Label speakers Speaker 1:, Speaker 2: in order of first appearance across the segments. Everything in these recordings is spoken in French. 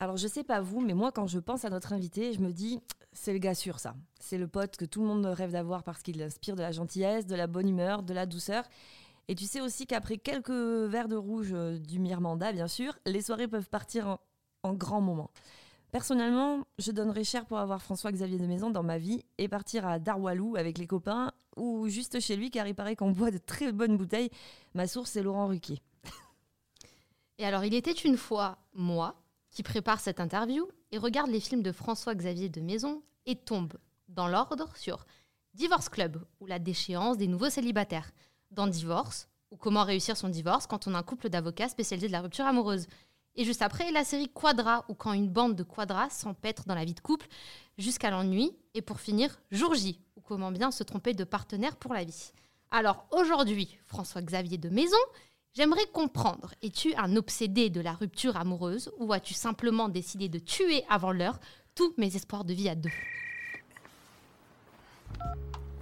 Speaker 1: Alors, je sais pas vous, mais moi, quand je pense à notre invité, je me dis, c'est le gars sûr, ça. C'est le pote que tout le monde rêve d'avoir parce qu'il inspire de la gentillesse, de la bonne humeur, de la douceur. Et tu sais aussi qu'après quelques verres de rouge euh, du Mirmanda, bien sûr, les soirées peuvent partir en, en grand moment. Personnellement, je donnerais cher pour avoir François-Xavier de Maison dans ma vie et partir à Darwalou avec les copains ou juste chez lui car il paraît qu'on boit de très bonnes bouteilles. Ma source, c'est Laurent Ruquier.
Speaker 2: Et alors, il était une fois moi qui prépare cette interview et regarde les films de François-Xavier de Maison et tombe, dans l'ordre, sur Divorce Club ou la déchéance des nouveaux célibataires, dans Divorce ou comment réussir son divorce quand on a un couple d'avocats spécialisés de la rupture amoureuse. Et juste après, la série Quadra, ou quand une bande de quadras s'empêtre dans la vie de couple jusqu'à l'ennui. Et pour finir, Jour J, ou comment bien se tromper de partenaire pour la vie. Alors aujourd'hui, François-Xavier de Maison, j'aimerais comprendre, es-tu un obsédé de la rupture amoureuse ou as-tu simplement décidé de tuer avant l'heure tous mes espoirs de vie à deux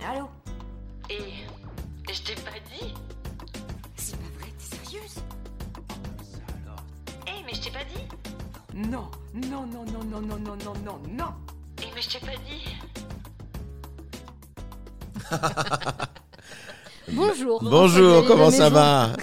Speaker 3: Allô
Speaker 4: Et je t'ai pas dit
Speaker 3: C'est pas vrai, t'es sérieuse
Speaker 4: Eh, mais je t'ai pas dit
Speaker 3: Non, non, non, non, non, non, non, non, non, non
Speaker 4: Eh, mais je t'ai pas dit
Speaker 2: Bonjour. François-Xavier
Speaker 5: Bonjour, comment
Speaker 2: de
Speaker 5: ça
Speaker 2: Maison.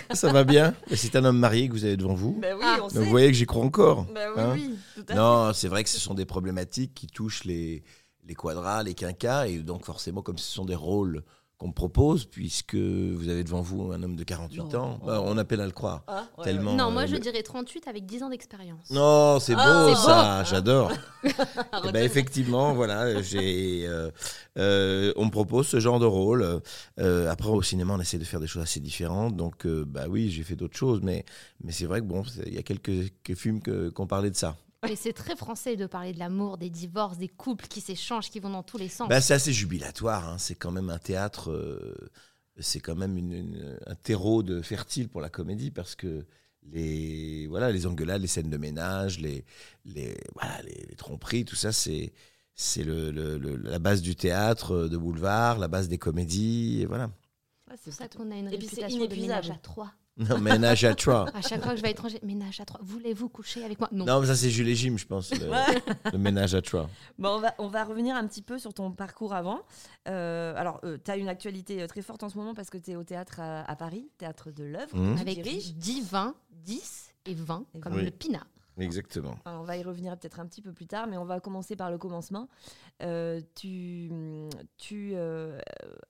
Speaker 5: va Ça va bien C'est un homme marié que vous avez devant vous.
Speaker 1: Ben oui,
Speaker 2: Ah.
Speaker 1: on
Speaker 5: Donc
Speaker 1: sait.
Speaker 5: vous voyez que j'y crois encore.
Speaker 1: Ben oui,
Speaker 5: Bah hein.
Speaker 1: oui, tout à
Speaker 5: Non, c'est vrai que ce sont des problématiques qui touchent les, les quadras, les quinquas, et donc forcément, comme ce sont des rôles qu'on me propose, puisque vous avez devant vous un homme de 48
Speaker 1: Non.
Speaker 5: ans, bah, on a peine à le croire.
Speaker 1: Ah, ouais,
Speaker 5: tellement,
Speaker 2: Non, moi
Speaker 5: euh,
Speaker 2: je
Speaker 5: le-
Speaker 2: dirais 38 avec 10 ans d'expérience.
Speaker 5: Non, c'est beau
Speaker 1: Ah, c'est Ah,
Speaker 5: ça, j'adore. Eh ben, effectivement, voilà, j'ai, euh, euh, on me propose ce genre de rôle. Euh, après, au cinéma, on essaie de faire des choses assez différentes. Donc, euh, bah oui, j'ai fait d'autres choses, mais, mais c'est vrai que bon, c'est- il y a quelques, quelques films que- qu'on parlait de ça.
Speaker 2: Mais c'est très français de parler de l'amour, des divorces, des couples qui s'échangent, qui vont dans tous les sens.
Speaker 5: Bah, c'est assez jubilatoire. hein. C'est quand même un théâtre. euh, c'est quand même une- une- un terreau de fertile pour la comédie parce que les voilà les engueulades, les scènes de ménage, les les voilà, les, les tromperies, tout ça c'est c'est le- le- le- la base du théâtre euh, de boulevard, la base des comédies, et voilà.
Speaker 1: Ah,
Speaker 2: c'est
Speaker 1: c'est
Speaker 2: pour ça
Speaker 1: plutôt-
Speaker 2: qu'on a une
Speaker 1: Et puis, c'est
Speaker 2: réputation de
Speaker 1: inépuisable.
Speaker 2: ménage à trois.
Speaker 5: Non, ménage à trois.
Speaker 2: À chaque fois que je vais à l'étranger, ménage à trois. Voulez-vous coucher avec moi Non.
Speaker 5: Non, mais ça c'est Jules et Jim, je pense, le, le ménage à trois.
Speaker 1: Bon, on, va, on va revenir un petit peu sur ton parcours avant. Euh, alors, tu as une actualité euh, très forte en ce moment parce que tu es au théâtre à, à Paris, théâtre de l'œuvre, que
Speaker 5: Mhm.
Speaker 1: tu
Speaker 2: Avec
Speaker 1: diriges.
Speaker 2: 10, 20, 10 et 20,
Speaker 1: Et
Speaker 2: comme
Speaker 5: oui.
Speaker 2: le pinard.
Speaker 5: Exactement.
Speaker 1: Alors, on va y revenir peut-être un petit peu plus tard, mais on va commencer par le commencement. Euh, tu tu euh,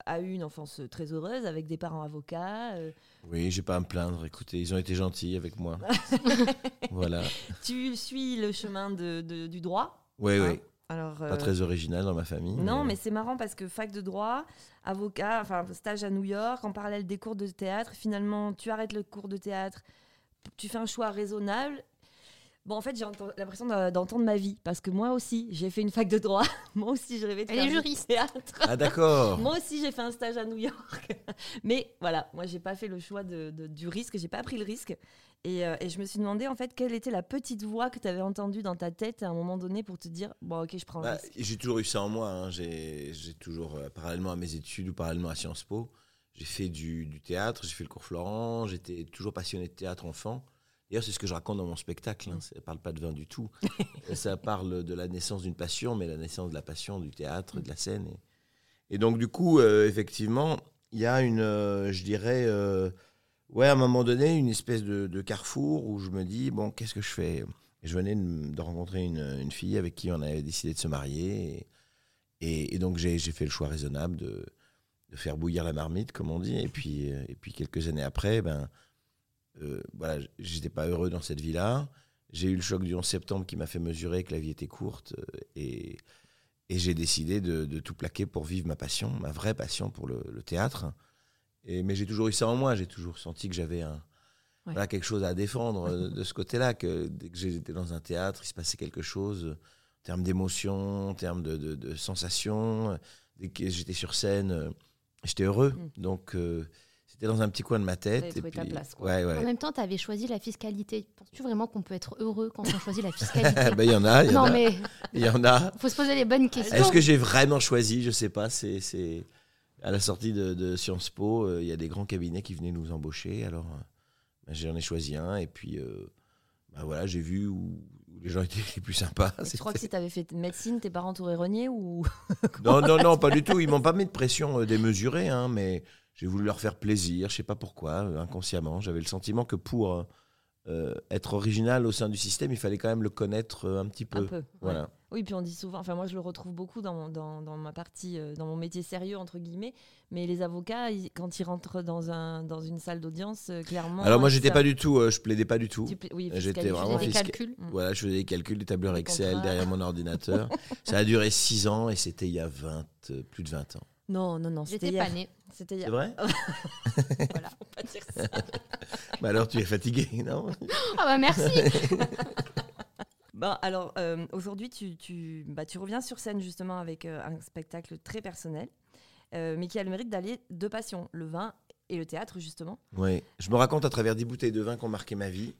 Speaker 1: as eu une enfance très heureuse avec des parents avocats. euh,
Speaker 5: Oui, j'ai pas à me plaindre. Écoutez, ils ont été gentils avec moi. voilà.
Speaker 1: tu suis le chemin de, de- du droit.
Speaker 5: Oui, oui.
Speaker 1: Alors,
Speaker 5: Pas
Speaker 1: euh,
Speaker 5: très original dans ma famille.
Speaker 1: Non, mais c'est marrant parce que fac de droit, avocat, enfin stage à New York, en parallèle des cours de théâtre, finalement tu arrêtes le cours de théâtre, tu fais un choix raisonnable. Bon, en fait, j'ai enten- l'impression d'en- d'entendre ma vie parce que moi aussi, j'ai fait une fac de droit. moi aussi, je rêvais de
Speaker 2: Elle
Speaker 1: faire
Speaker 2: est
Speaker 1: du
Speaker 2: juriste.
Speaker 1: théâtre.
Speaker 5: Ah d'accord.
Speaker 1: Moi aussi, j'ai fait un stage à New York. Mais voilà, moi, j'ai pas fait le choix de, de- du risque, j'ai pas pris le risque. Et, euh, et je me suis demandé, en fait, quelle était la petite voix que tu avais entendue dans ta tête à un moment donné pour te dire, bon, ok, je prends le
Speaker 5: Bah,
Speaker 1: risque.
Speaker 5: j'ai toujours eu ça en moi. hein. J'ai j'ai toujours, euh, parallèlement à mes études ou parallèlement à Sciences Po, j'ai fait du, du théâtre, j'ai fait le cours Florent, j'étais toujours passionné de théâtre enfant. D'ailleurs, c'est ce que je raconte dans mon spectacle.
Speaker 1: Mm.
Speaker 5: hein. Ça ne parle pas de vin du tout. Euh, ça parle de la naissance d'une passion, mais la naissance de la passion, du théâtre,
Speaker 1: Mm.
Speaker 5: de la scène. Et, et donc, du coup, euh, effectivement, il y a une, euh, je dirais, euh, ouais, à un moment donné, une espèce de, de carrefour où je me dis, bon, qu'est-ce que je fais Et Je venais de, m- de rencontrer une, une fille avec qui on avait décidé de se marier. Et, et- et donc, j'ai j'ai fait le choix raisonnable de, de faire bouillir la marmite, comme on dit. Et puis, euh, et puis quelques années après, ben, euh, voilà, j- j'étais pas heureux dans cette vie-là. J'ai eu le choc du 11 septembre qui m'a fait mesurer que la vie était courte. euh, Et, et j'ai décidé de, de tout plaquer pour vivre ma passion, ma vraie passion pour le, le théâtre. Et, mais j'ai toujours eu ça en moi. J'ai toujours senti que j'avais un.
Speaker 1: Ouais.
Speaker 5: voilà, quelque chose à défendre euh, de ce côté-là, que dès que j'étais dans un théâtre, il se passait quelque chose euh, en termes d'émotion, en termes de, de, de sensations. euh, Dès que j'étais sur scène, euh, j'étais heureux.
Speaker 1: Mm.
Speaker 5: Donc, euh, c'était dans un petit coin de ma tête.
Speaker 1: T'avais trouvé ta place, quoi.
Speaker 5: Ouais, ouais.
Speaker 2: En même temps, tu avais choisi la fiscalité. Penses-tu vraiment qu'on peut être heureux quand on choisit la fiscalité
Speaker 5: Ben, il y en a, il y en
Speaker 2: Non,
Speaker 5: a.
Speaker 2: mais
Speaker 5: il y en a.
Speaker 2: faut se poser les bonnes questions.
Speaker 5: Est-ce que j'ai vraiment choisi Je sais pas. C'est, c'est à la sortie de, de Sciences Po, euh, il y a des grands cabinets qui venaient nous embaucher. Alors, euh, ben, j'en ai choisi un et puis, euh, ben voilà, j'ai vu où, où les gens étaient les plus sympas.
Speaker 1: Mais Tu crois que
Speaker 5: C'était-
Speaker 1: si t'avais fait médecine, tes parents t'auraient renié ou
Speaker 5: Non, non, non, pas du tout. Ils m'ont pas mis de pression euh, démesurée, hein, mais j'ai voulu leur faire plaisir, je sais pas pourquoi, euh, inconsciemment. J'avais le sentiment que pour euh, euh, être original au sein du système, il fallait quand même le connaître euh, un petit peu.
Speaker 1: un peu ouais.
Speaker 5: Voilà.
Speaker 1: Oui, puis on dit souvent, enfin moi je le retrouve beaucoup dans, mon- dans, dans ma partie, euh, dans mon métier sérieux entre guillemets, mais les avocats, ils- quand ils rentrent dans, un, dans une salle d'audience, euh, clairement.
Speaker 5: Alors moi,
Speaker 1: ils
Speaker 5: j'étais
Speaker 1: savent-
Speaker 5: pas du tout, euh, je plaidais pas du tout.
Speaker 1: Tu pla- oui,
Speaker 5: J'étais
Speaker 1: fiscalité,
Speaker 5: vraiment
Speaker 2: des
Speaker 1: fiscalité.
Speaker 5: fiscal-
Speaker 2: calculs.
Speaker 5: Voilà, je faisais des calculs, des tableurs
Speaker 1: Les
Speaker 5: Excel
Speaker 1: contrats.
Speaker 5: derrière mon ordinateur. Ça a duré 6 ans et c'était il y a 20, euh, plus de 20 ans.
Speaker 1: Non, non, non, c'était
Speaker 2: J'étais pas
Speaker 1: hier.
Speaker 2: née.
Speaker 1: C'était hier.
Speaker 5: C'est vrai
Speaker 2: Voilà.
Speaker 5: Mais Bah, alors tu es fatigué, non
Speaker 2: Ah bah merci.
Speaker 1: Bon, alors euh, aujourd'hui, tu, tu, bah, tu reviens sur scène justement avec euh, un spectacle très personnel, euh, mais qui a le mérite d'aller de passion, le vin et le théâtre justement.
Speaker 5: Oui, je me raconte à travers 10 bouteilles de vin qui ont marqué ma vie.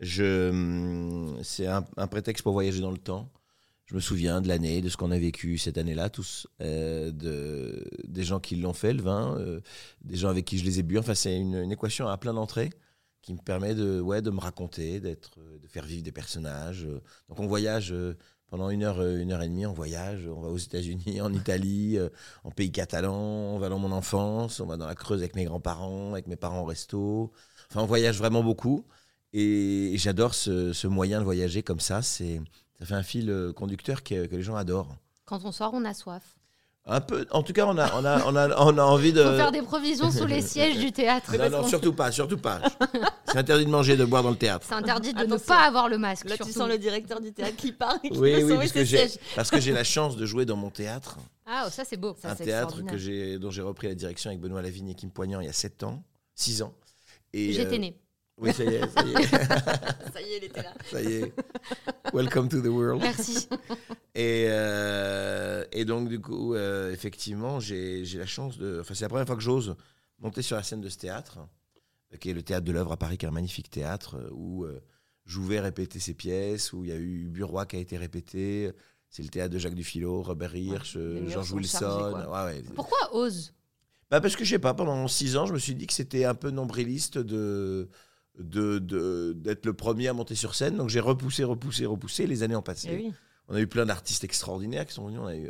Speaker 5: Je, hum, c'est un, un prétexte pour voyager dans le temps. Je me souviens de l'année, de ce qu'on a vécu cette année-là, tous, euh, de, des gens qui l'ont fait, le vin, euh, des gens avec qui je les ai bu. Enfin, c'est une, une équation à plein d'entrées qui me permet de, ouais, de me raconter, d'être, euh, de faire vivre des personnages. euh. Donc on voyage euh, pendant une heure, euh, une heure et demie, on voyage, on va aux États-Unis, en Italie, euh, en pays catalan, on va dans mon enfance, on va dans la Creuse avec mes grands-parents, avec mes parents au resto. Enfin, on voyage vraiment beaucoup. Et j'adore ce, ce moyen de voyager comme ça. C'est, ça fait un fil euh, conducteur que, que les gens adorent.
Speaker 2: Quand on sort, on a soif.
Speaker 5: Un peu, en tout cas, on a, on a, on a, on a envie de.
Speaker 2: Faut faire des provisions sous les sièges du théâtre.
Speaker 5: Non,
Speaker 2: parce
Speaker 5: Euh. non,
Speaker 2: qu'on-
Speaker 5: surtout pas, surtout pas. C'est interdit de manger et de boire dans le théâtre.
Speaker 2: C'est interdit de ne
Speaker 1: Attention.
Speaker 2: pas avoir le masque.
Speaker 1: Là,
Speaker 2: surtout.
Speaker 1: tu sens le directeur du théâtre qui parle et qui
Speaker 5: Oui,
Speaker 1: veut
Speaker 5: oui,
Speaker 1: sauver
Speaker 5: parce
Speaker 1: ses
Speaker 5: que, j'ai,
Speaker 1: sièges.
Speaker 5: parce que j'ai la chance de jouer dans mon théâtre.
Speaker 2: Ah, oh, ça c'est beau.
Speaker 1: Ça,
Speaker 5: un
Speaker 1: c'est
Speaker 5: théâtre
Speaker 1: extraordinaire.
Speaker 5: que j'ai, dont j'ai repris la direction avec Benoît Lavigne et Kim Poignant il y a 7 ans, 6 ans. Et,
Speaker 2: J'étais
Speaker 5: euh,
Speaker 2: née.
Speaker 5: Oui, ça y est, ça y est.
Speaker 2: Ça y est, elle était là.
Speaker 5: Ça y est. Welcome to the world.
Speaker 2: Merci.
Speaker 5: Et, euh, et donc, du coup, euh, effectivement, j'ai j'ai la chance de. Enfin, c'est la première fois que j'ose monter sur la scène de ce théâtre, euh, qui est le théâtre de l'œuvre à Paris, qui est un magnifique théâtre euh, où euh, Jouvet répétait ses pièces, où il y a eu Burois qui a été répété. C'est le théâtre de Jacques Dufilo, Robert Hirsch, euh,
Speaker 1: murs
Speaker 5: Georges
Speaker 1: sont
Speaker 5: Wilson.
Speaker 1: chargés,
Speaker 5: Ouais, ouais.
Speaker 2: Pourquoi ose
Speaker 5: Bah, parce que je sais pas, pendant six ans, je me suis dit que c'était un peu nombriliste de de- de- d'être le premier à monter sur scène. Donc j'ai repoussé, repoussé, repoussé. Les années ont passé.
Speaker 1: Eh oui.
Speaker 5: On a eu plein d'artistes extraordinaires qui sont venus. On a eu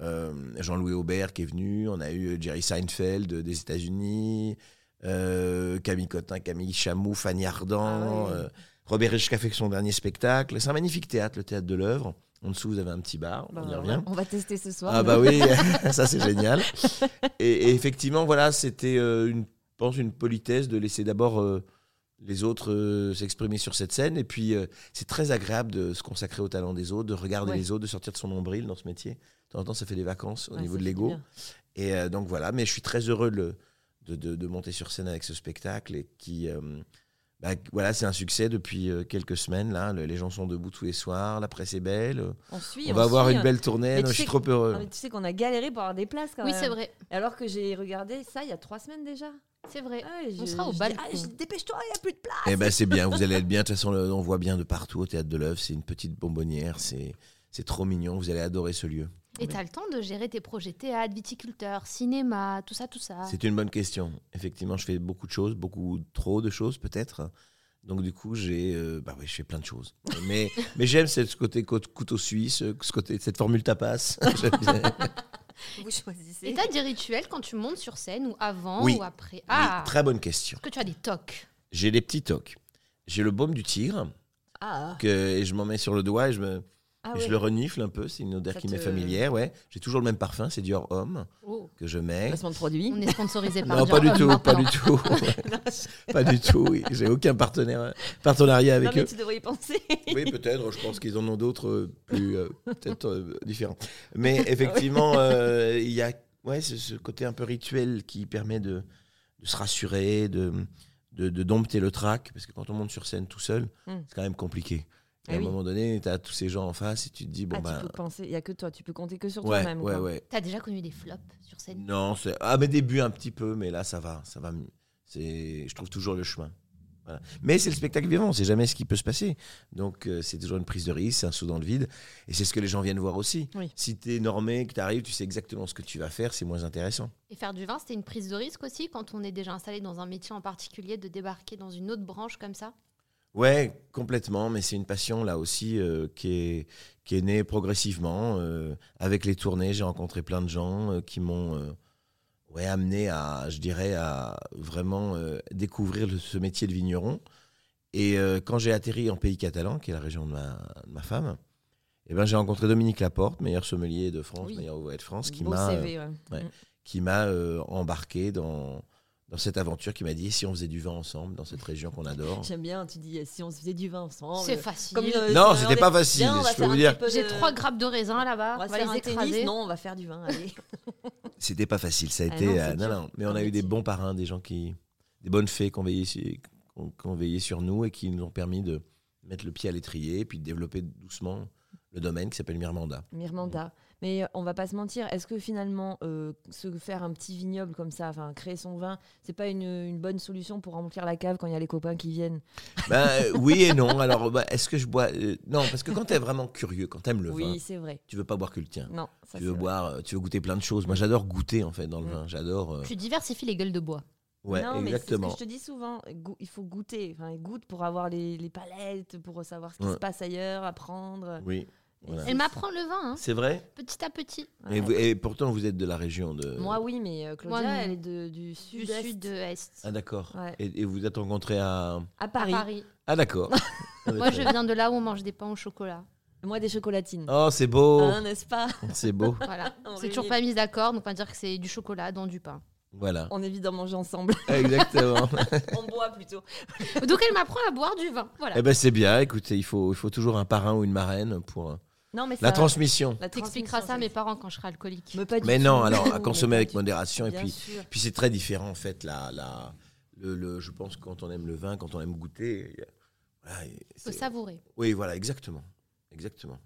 Speaker 5: euh, Jean-Louis Aubert qui est venu. On a eu Jerry Seinfeld euh, des États-Unis. euh, Camille Cotin, Camille Chamou, Fanny Ardant.
Speaker 1: Ah ouais.
Speaker 5: euh, Robert Rich qui a fait son dernier spectacle. C'est un magnifique théâtre, le théâtre de l'œuvre. En dessous, vous avez un petit bar.
Speaker 1: Bah,
Speaker 5: on y
Speaker 1: voilà.
Speaker 5: revient.
Speaker 1: On va tester ce soir.
Speaker 5: Ah bah oui, ça c'est génial. Et, et effectivement, voilà, c'était euh, une, je pense une politesse de laisser d'abord euh, les autres euh, s'exprimer sur cette scène. Et puis euh, c'est très agréable de se consacrer au talent des autres, de regarder
Speaker 1: Ouais.
Speaker 5: les autres, de sortir de son nombril dans ce métier. De temps en temps, ça fait des vacances au
Speaker 1: Ouais,
Speaker 5: niveau
Speaker 1: ça
Speaker 5: de
Speaker 1: fait du
Speaker 5: l'ego.
Speaker 1: bien.
Speaker 5: Et euh, donc voilà, mais je suis très heureux de, de, de- de monter sur scène avec ce spectacle et qui, euh, bah, voilà, c'est un succès depuis euh, quelques semaines là. Le- les gens sont debout tous les soirs, la presse est belle.
Speaker 1: On suit.
Speaker 5: on va avoir
Speaker 1: suit.
Speaker 5: une belle tournée.
Speaker 1: euh, Mais tu
Speaker 5: Non, je suis
Speaker 1: sais
Speaker 5: trop heureux.
Speaker 1: Ah, mais tu sais qu'on a galéré pour avoir des places quand
Speaker 2: Oui,
Speaker 1: même.
Speaker 2: c'est vrai.
Speaker 1: Alors que j'ai regardé ça il y a trois semaines déjà.
Speaker 2: C'est vrai.
Speaker 1: Ah ouais,
Speaker 2: On
Speaker 1: je-
Speaker 2: sera au
Speaker 1: je dis,
Speaker 2: balcon.
Speaker 1: Ah, je- Dépêche-toi, il n'y a plus de place.
Speaker 5: Eh ben c'est bien, vous allez être bien. De toute façon, le- on voit bien de partout au théâtre de l'œuvre. C'est une petite bonbonnière, c'est c'est trop mignon. Vous allez adorer ce lieu.
Speaker 2: Et t'as le temps de gérer tes projets théâtre, viticulteur, cinéma, tout ça, tout ça.
Speaker 1: Ah.
Speaker 5: C'est une bonne question. Effectivement, je fais beaucoup de choses, beaucoup trop de choses peut-être. Donc du coup, j'ai euh, bah oui, je fais plein de choses. Mais mais j'aime ce ce côté côte- couteau suisse, euh, ce côté cette formule tapas. J'aime bien.
Speaker 1: Vous choisissez.
Speaker 2: Et t'as des rituels quand tu montes sur scène ou avant
Speaker 5: Oui.
Speaker 2: ou après
Speaker 5: Oui,
Speaker 2: Ah
Speaker 5: très bonne question.
Speaker 2: Est-ce que tu as des tocs
Speaker 5: J'ai les petits tocs. J'ai le baume du tigre
Speaker 1: Ah,
Speaker 5: que et je m'en mets sur le doigt et je me
Speaker 1: ah
Speaker 5: et je
Speaker 1: ouais.
Speaker 5: le renifle un peu. C'est une odeur
Speaker 1: Ça
Speaker 5: qui m'est
Speaker 1: te-
Speaker 5: familière. Ouais, j'ai toujours le même parfum. C'est Dior Homme
Speaker 1: Oh.
Speaker 5: que je mets.
Speaker 1: Placement de produit.
Speaker 2: On est sponsorisé par
Speaker 5: Non,
Speaker 2: Dior
Speaker 5: pas du
Speaker 2: Homme
Speaker 5: tout, pas
Speaker 2: maintenant.
Speaker 5: du tout. pas du tout, oui. J'ai aucun partenaire, partenariat
Speaker 1: Non,
Speaker 5: avec
Speaker 1: mais
Speaker 5: eux.
Speaker 1: tu devrais y penser.
Speaker 5: Oui, peut-être, je pense qu'ils en ont d'autres euh, plus, euh, peut-être euh, différents. Mais effectivement, euh, il y a ouais, ce, ce côté un peu rituel qui permet de, de se rassurer, de, de, de dompter le trac, parce que quand on monte sur scène tout seul,
Speaker 1: Mm.
Speaker 5: c'est quand même compliqué. Et
Speaker 1: Ah
Speaker 5: à
Speaker 1: oui.
Speaker 5: un moment donné, tu as tous ces gens en face et tu te dis, bon,
Speaker 1: ah,
Speaker 5: bah.
Speaker 1: tu peux penser, il n'y a que toi, tu peux compter que sur
Speaker 5: ouais,
Speaker 1: toi-même.
Speaker 5: ouais,
Speaker 1: quoi.
Speaker 5: ouais.
Speaker 2: T'as déjà connu des flops sur scène
Speaker 5: Non, c'est à mes débuts un petit peu, mais là ça va, ça va. mieux. C'est, je trouve toujours le chemin. Voilà. Mais c'est le spectacle vivant, on sait jamais ce qui peut se passer. Donc euh, c'est toujours une prise de risque, c'est un saut dans le vide, et c'est ce que les gens viennent voir aussi.
Speaker 1: Oui.
Speaker 5: Si t'es normé, que t'arrives, tu sais exactement ce que tu vas faire, c'est moins intéressant.
Speaker 2: Et faire du vin, c'était une prise de risque aussi quand on est déjà installé dans un métier en particulier de débarquer dans une autre branche comme ça
Speaker 5: Ouais, complètement, mais c'est une passion là aussi euh, qui, est, qui est née progressivement. euh, avec les tournées, j'ai rencontré plein de gens euh, qui m'ont euh, ouais, amené à, je dirais, à vraiment euh, découvrir le- ce métier de vigneron. Et euh, quand j'ai atterri en pays catalan, qui est la région de ma, de ma femme, eh ben, j'ai rencontré Dominique Laporte, meilleur sommelier de France,
Speaker 1: Oui.
Speaker 5: meilleur ouvrier de France, qui
Speaker 1: Beau
Speaker 5: m'a euh,
Speaker 1: CV, ouais.
Speaker 5: ouais. qui m'a euh, embarqué dans, dans cette aventure, qui m'a dit si on faisait du vin ensemble dans cette région qu'on adore.
Speaker 1: J'aime bien, tu dis, euh, si on se faisait du vin ensemble.
Speaker 2: C'est facile.
Speaker 1: Oh, Comme, euh,
Speaker 5: Non,
Speaker 1: si on
Speaker 5: c'était
Speaker 1: est-
Speaker 5: pas facile,
Speaker 1: Viens, on va
Speaker 5: je peux
Speaker 1: faire
Speaker 5: vous
Speaker 1: un
Speaker 5: dire.
Speaker 1: petit peu
Speaker 2: J'ai
Speaker 1: de-
Speaker 2: trois grappes de raisin là-bas.
Speaker 1: On va, se
Speaker 2: les
Speaker 1: faire un
Speaker 2: écraser.
Speaker 1: tennis. Non, on va faire du vin. Allez.
Speaker 5: C'était pas facile, ça a
Speaker 1: Ah
Speaker 5: été.
Speaker 1: non, c'est
Speaker 5: euh, non,
Speaker 1: dur.
Speaker 5: non, mais on
Speaker 1: Comme
Speaker 5: a eu des
Speaker 1: métier.
Speaker 5: bons parrains, des gens qui. des bonnes fées qui ont veillé, su- qui ont- qui ont veillé sur nous et qui nous ont permis de mettre le pied à l'étrier et puis de développer doucement le domaine qui s'appelle Mirmanda. Mhm.
Speaker 1: Mirmanda. Mais euh, on va pas se mentir, est-ce que finalement euh, se faire un petit vignoble comme ça, enfin créer son vin, c'est pas une, une bonne solution pour remplir la cave quand il y a les copains qui viennent
Speaker 5: Ben, euh, oui et non. Alors, bah, est-ce que je bois. euh, non, parce que quand t'es vraiment curieux, quand t'aimes le
Speaker 1: Oui,
Speaker 5: vin,
Speaker 1: c'est vrai.
Speaker 5: tu veux pas boire que le tien.
Speaker 1: Non, ça
Speaker 5: tu
Speaker 1: c'est
Speaker 5: veux
Speaker 1: vrai.
Speaker 5: boire, euh, tu veux goûter plein de choses. Moi, j'adore goûter en fait dans le
Speaker 1: Mm.
Speaker 5: vin. J'adore. euh,
Speaker 2: Tu diversifies les gueules de
Speaker 5: Ah,
Speaker 2: bois.
Speaker 5: ouais,
Speaker 1: non, mais c'est ce
Speaker 5: exactement.
Speaker 1: que je te dis souvent, go- il faut goûter, enfin goûte pour avoir les, les palettes, pour savoir ce qui
Speaker 5: Ouais.
Speaker 1: se passe ailleurs, apprendre.
Speaker 5: Oui. voilà.
Speaker 1: Ouais.
Speaker 2: Elle m'apprend le vin, hein,
Speaker 5: C'est vrai.
Speaker 2: petit à petit.
Speaker 5: Et,
Speaker 1: Ouais.
Speaker 5: vous- et pourtant, vous êtes de la région de.
Speaker 1: Moi oui, mais euh, Claudia,
Speaker 2: Moi, non.
Speaker 1: elle est de- du
Speaker 2: Du
Speaker 1: sud-est
Speaker 2: sud-est.
Speaker 5: Ah d'accord.
Speaker 1: Ouais.
Speaker 5: Et, et vous êtes rencontrés à.
Speaker 1: à
Speaker 2: À
Speaker 1: Paris.
Speaker 2: Paris.
Speaker 5: Ah d'accord. Ah,
Speaker 2: Moi, je
Speaker 5: très-
Speaker 2: viens de là où on mange des pains au chocolat.
Speaker 1: Moi des chocolatines.
Speaker 5: Oh, c'est beau.
Speaker 1: Hein, N'est-ce pas
Speaker 5: C'est beau.
Speaker 2: Voilà.
Speaker 1: On
Speaker 2: c'est toujours
Speaker 1: réunit.
Speaker 2: pas mis d'accord, donc on va dire que c'est du chocolat dans du pain.
Speaker 5: Voilà.
Speaker 1: On évite d'en manger ensemble.
Speaker 5: Exactement.
Speaker 1: on boit plutôt.
Speaker 2: Donc elle m'apprend à boire du vin. Voilà.
Speaker 5: eh ben c'est bien. Écoutez, il faut, il faut toujours un parrain ou une marraine pour euh,
Speaker 1: Non, mais
Speaker 5: la
Speaker 1: ça-
Speaker 5: transmission.
Speaker 1: la
Speaker 2: T'expliqueras ça à
Speaker 1: transmission,
Speaker 2: mes parents quand je serai alcoolique.
Speaker 1: Mais pas du
Speaker 5: Mais
Speaker 1: tout,
Speaker 5: non,
Speaker 1: du
Speaker 5: alors
Speaker 1: tout,
Speaker 5: à
Speaker 1: mais
Speaker 5: consommer
Speaker 1: pas
Speaker 5: avec
Speaker 1: du tout.
Speaker 5: modération. Et
Speaker 1: Bien
Speaker 5: puis,
Speaker 1: sûr.
Speaker 5: puis c'est très différent en fait. La, la, le, le- je pense quand on aime le vin, quand on aime goûter. il y a- voilà, et
Speaker 2: Faut
Speaker 5: c'est-
Speaker 2: savourer.
Speaker 5: oui, voilà, exactement. Exactement.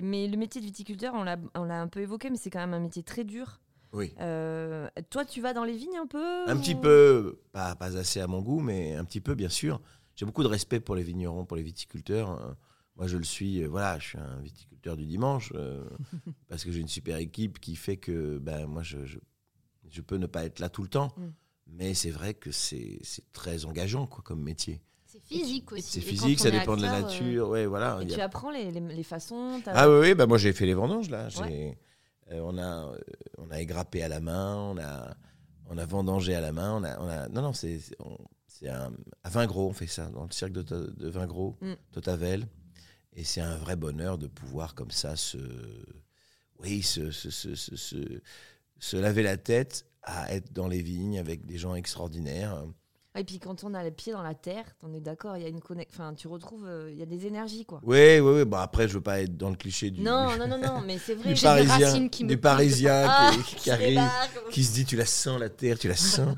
Speaker 1: Mais le métier de viticulteur, on l'a on l'a un peu évoqué, mais c'est quand même un métier très dur.
Speaker 5: Oui.
Speaker 1: Euh, toi, tu vas dans les vignes un peu
Speaker 5: Un
Speaker 1: ou-
Speaker 5: petit peu, pas, pas assez à mon goût, mais un petit peu, bien sûr. J'ai beaucoup de respect pour les vignerons, pour les viticulteurs. Euh, Moi, je le suis, euh, voilà, je suis un viticulteur du dimanche, euh, parce que j'ai une super équipe qui fait que ben, moi, je, je, je peux ne pas être là tout le temps.
Speaker 1: Mm.
Speaker 5: Mais c'est vrai que c'est c'est très engageant quoi, comme métier.
Speaker 2: C'est physique aussi.
Speaker 5: C'est
Speaker 2: Et quand
Speaker 5: physique,
Speaker 2: on
Speaker 5: ça
Speaker 2: est
Speaker 5: dépend de la
Speaker 2: acteur, euh,
Speaker 5: nature. Ouais, voilà,
Speaker 1: Et
Speaker 5: il y a
Speaker 1: tu apprends les, les- les façons t'as-
Speaker 5: ah oui, oui, bah moi j'ai fait les vendanges là. J'ai- euh, on, a, euh, on a égrappé à la main, on a, on a vendangé à la main. On a, on a, non, non, c'est c'est- on- c'est un- à Vingros, on fait ça, dans le cirque de, To- de Vingros,
Speaker 1: Mm.
Speaker 5: Totavel. Et c'est un vrai bonheur de pouvoir comme ça se, oui, se, se, se, se, se- se laver la tête à être dans les vignes avec des gens extraordinaires.
Speaker 1: Et puis quand on a les pieds dans la terre, on est d'accord, il y a une connect... enfin, tu retrouves, euh, il y a des énergies quoi.
Speaker 5: Oui, oui, oui. Bah après, je veux pas être dans le cliché du,
Speaker 1: Non, non, non, non, mais c'est vrai.
Speaker 5: du
Speaker 2: J'ai des
Speaker 5: parisien,
Speaker 2: racines qui me
Speaker 5: du
Speaker 2: poussent.
Speaker 5: parisien
Speaker 1: Ah,
Speaker 5: qui, qui
Speaker 2: eh
Speaker 1: qui
Speaker 2: ben,
Speaker 5: arrive.
Speaker 1: débarque.
Speaker 5: qui se dit tu la sens la terre, tu la sens.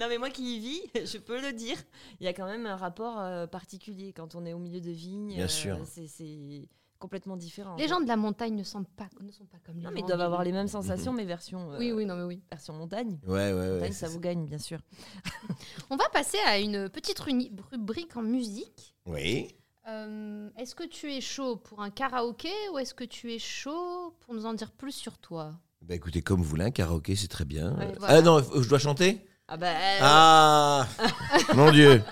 Speaker 1: Non, mais moi qui y vis, je peux le dire, il y a quand même un rapport euh, particulier quand on est au milieu de vignes. euh,
Speaker 5: Bien sûr.
Speaker 1: c'est- C'est complètement différent.
Speaker 2: Les gens de la montagne ne sont pas, ne sont pas comme les
Speaker 1: Non,
Speaker 2: gens
Speaker 1: mais ils
Speaker 2: en
Speaker 1: doivent
Speaker 2: ville.
Speaker 1: avoir les
Speaker 5: Mhm.
Speaker 1: mêmes sensations, mais version, euh,
Speaker 2: Oui, oui, non, mais oui.
Speaker 1: version montagne.
Speaker 5: Ouais, ouais, ouais.
Speaker 1: montagne,
Speaker 5: c'est
Speaker 1: ça vous gagne, bien sûr.
Speaker 2: On va passer à une petite runi- rubrique en musique.
Speaker 5: ça. Oui.
Speaker 2: Euh, est-ce que tu es chaud pour un karaoké ou est-ce que tu es chaud pour nous en dire plus sur toi
Speaker 5: Bah écoutez, comme vous voulez, un karaoké, c'est très bien.
Speaker 1: Ouais,
Speaker 5: Euh,
Speaker 2: voilà.
Speaker 5: Ah non, faut- je dois chanter
Speaker 1: Ah bah,
Speaker 5: Ah Mon Dieu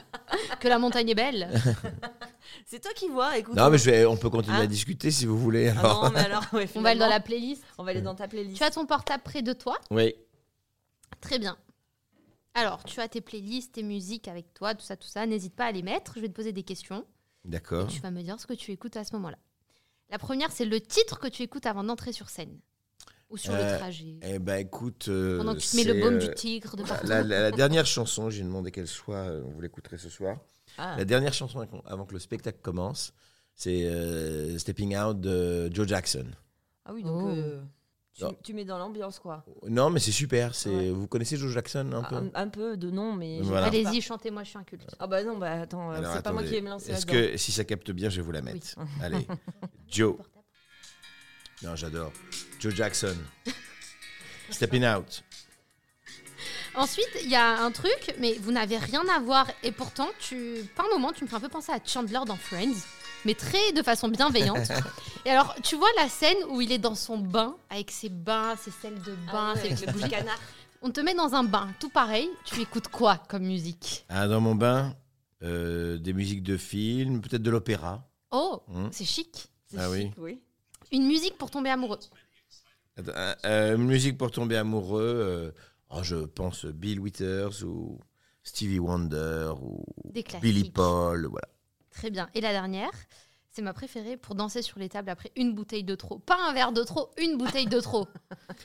Speaker 2: Que la montagne est belle
Speaker 1: c'est toi qui vois, écoute.
Speaker 5: Non, mais je vais- on peut continuer
Speaker 1: Ah.
Speaker 5: à discuter si vous voulez.
Speaker 1: Ah
Speaker 5: Alors.
Speaker 1: non, mais alors, ouais,
Speaker 2: On va aller dans la
Speaker 1: finalement,
Speaker 2: playlist.
Speaker 1: on va aller dans ta playlist.
Speaker 2: Tu as ton portable près de toi
Speaker 5: Oui.
Speaker 2: Très bien. Alors, tu as tes playlists, tes musiques avec toi, tout ça, tout ça. N'hésite pas à les mettre. Je vais te poser des questions.
Speaker 5: D'accord.
Speaker 2: Tu vas me dire ce que tu écoutes à ce moment-là. La première, c'est le titre que tu écoutes avant d'entrer sur scène ou sur le
Speaker 5: Euh,
Speaker 2: trajet.
Speaker 5: Eh bah écoute. euh,
Speaker 2: Pendant que tu te mets
Speaker 5: c'est,
Speaker 2: le baume
Speaker 5: euh,
Speaker 2: du tigre de partout.
Speaker 5: La, la- la dernière chanson, j'ai demandé qu'elle soit, euh, vous l'écouterez ce soir.
Speaker 1: Ah.
Speaker 5: La dernière chanson avant- avant que le spectacle commence, c'est euh, Stepping Out de Joe Jackson.
Speaker 1: Ah oui, donc
Speaker 2: Oh.
Speaker 1: euh, tu,
Speaker 5: Non.
Speaker 1: tu mets dans l'ambiance, quoi.
Speaker 5: Non, mais c'est super. C'est
Speaker 1: Ouais. Ah,
Speaker 5: Vous connaissez Joe Jackson un peu
Speaker 1: Un, un peu de nom, mais. je-
Speaker 5: Voilà.
Speaker 2: Allez-y, chantez-moi, je suis un culte.
Speaker 1: Ah bah non, bah attends, euh,
Speaker 5: Alors,
Speaker 1: c'est pas moi
Speaker 5: attendez.
Speaker 1: qui vais me lancer
Speaker 5: Est-ce
Speaker 1: là-dedans.
Speaker 5: que si ça capte bien, je vais vous la mettre Allez, Joe. Non, j'adore. Joe Jackson. Stepping Out.
Speaker 2: Ensuite, il y a un truc, mais vous n'avez rien à voir. Et pourtant, tu, par moment, tu me fais un peu penser à Chandler dans Friends, mais très de façon bienveillante. Et alors, tu vois la scène où il est dans son bain, avec ses bains, ses selles de
Speaker 1: Ah
Speaker 2: bain,
Speaker 1: ouais,
Speaker 2: ses
Speaker 1: avec le petit canard.
Speaker 2: On te met dans un bain, tout pareil, tu écoutes quoi comme musique
Speaker 5: Ah, dans mon bain, euh, des musiques de films, peut-être de l'opéra.
Speaker 2: Oh,
Speaker 5: Hmm.
Speaker 2: c'est chic.
Speaker 1: C'est
Speaker 5: Ah oui.
Speaker 1: chic, oui.
Speaker 2: Une musique pour tomber amoureux.
Speaker 5: Attends, euh, euh, musique pour tomber amoureux, euh, oh, je pense Bill Withers ou Stevie Wonder ou
Speaker 2: Des classiques.
Speaker 5: Billy Paul, voilà.
Speaker 2: Très bien. Et la dernière, c'est ma préférée pour danser sur les tables après une bouteille de trop. Pas un verre de trop, une bouteille de trop.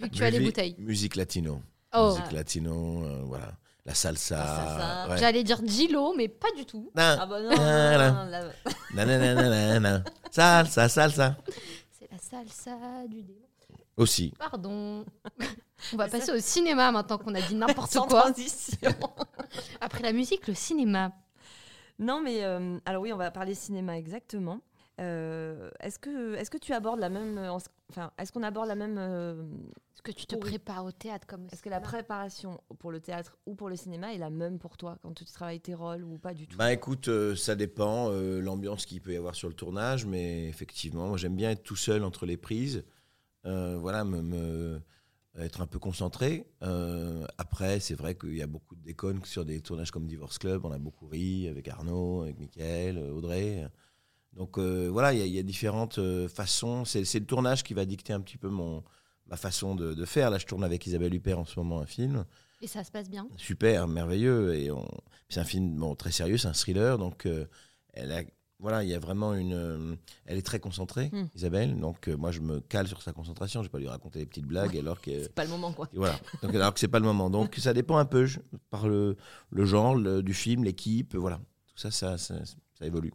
Speaker 2: Vu que tu as les
Speaker 5: Musique-
Speaker 2: bouteilles.
Speaker 5: Musique latino.
Speaker 2: Oh,
Speaker 5: Musique latino, euh, voilà. La salsa.
Speaker 1: La salsa.
Speaker 5: ouais.
Speaker 2: j'allais dire Gilo, mais pas du tout.
Speaker 5: Na-
Speaker 1: Ah bah non,
Speaker 5: Voilà.
Speaker 1: non, non, là-
Speaker 5: na- na- na- na- na- na. Salsa, salsa.
Speaker 2: C'est la salsa du démon.
Speaker 5: Aussi.
Speaker 2: Pardon. On va passer au cinéma maintenant qu'on a dit n'importe
Speaker 1: sans
Speaker 2: quoi.
Speaker 1: transition.
Speaker 2: Après la musique, le cinéma.
Speaker 1: Non, mais euh, alors oui, on va parler cinéma exactement. Euh, est-ce que est-ce que tu abordes la même euh, en- enfin est-ce qu'on aborde la même euh,
Speaker 2: Est-ce que tu te
Speaker 1: Oui.
Speaker 2: prépares au théâtre comme au
Speaker 1: est-ce que la
Speaker 2: cinéma
Speaker 1: préparation pour le théâtre ou pour le cinéma est la même pour toi quand tu travailles tes rôles ou pas du tout
Speaker 5: Bah écoute, euh, ça dépend euh, l'ambiance qu'il peut y avoir sur le tournage, mais effectivement, moi j'aime bien être tout seul entre les prises, euh, voilà, me, me- être un peu concentré. Euh, après, c'est vrai qu'il y a beaucoup de déconnes sur des tournages comme Divorce Club, on a beaucoup ri avec Arnaud, avec Mickaël, euh, Audrey. Donc euh, voilà, il y a- il y, a différentes euh, façons. C'est c'est le tournage qui va dicter un petit peu mon, ma façon de, de faire. Là, je tourne avec Isabelle Huppert en ce moment un film
Speaker 2: Et ça se passe bien.
Speaker 5: super, merveilleux. Et on... c'est un film bon, très sérieux, c'est un thriller. Donc, euh, elle a, voilà, il y a vraiment une. euh, elle est très concentrée,
Speaker 1: Hmm.
Speaker 5: Isabelle. Donc, euh, moi, je me cale sur sa concentration. Je vais pas lui raconter des petites blagues alors que.
Speaker 1: C'est pas le moment quoi.
Speaker 5: et Voilà. Donc, alors que c'est pas le moment. Donc, ça dépend un peu je- par le, le genre le- du film, l'équipe, voilà. Tout ça, ça, ça, ça évolue.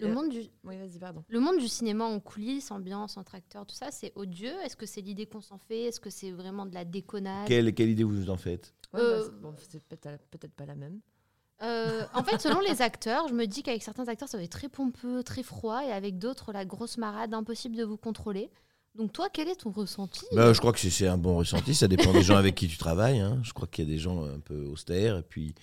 Speaker 2: Le monde du,
Speaker 1: Oui, vas-y, pardon.
Speaker 2: Le monde du cinéma en coulisses, ambiance, entre acteurs, tout ça, c'est odieux. Est-ce que c'est l'idée qu'on s'en fait Est-ce que c'est vraiment de la déconnade
Speaker 5: Quelle, quelle idée vous en faites
Speaker 1: Ouais,
Speaker 2: Euh,
Speaker 1: bah, c'est- bon, c'est peut-être peut-être pas la même.
Speaker 2: Euh, En fait, selon les acteurs, je me dis qu'avec certains acteurs, ça va être très pompeux, très froid, et avec d'autres, la grosse marade, impossible de vous contrôler. Donc toi, quel est ton ressenti
Speaker 5: Bah, Je crois que c'est- c'est un bon ressenti. Ça dépend des gens avec qui tu travailles. hein. Je crois qu'il y a des gens un peu austères, et puis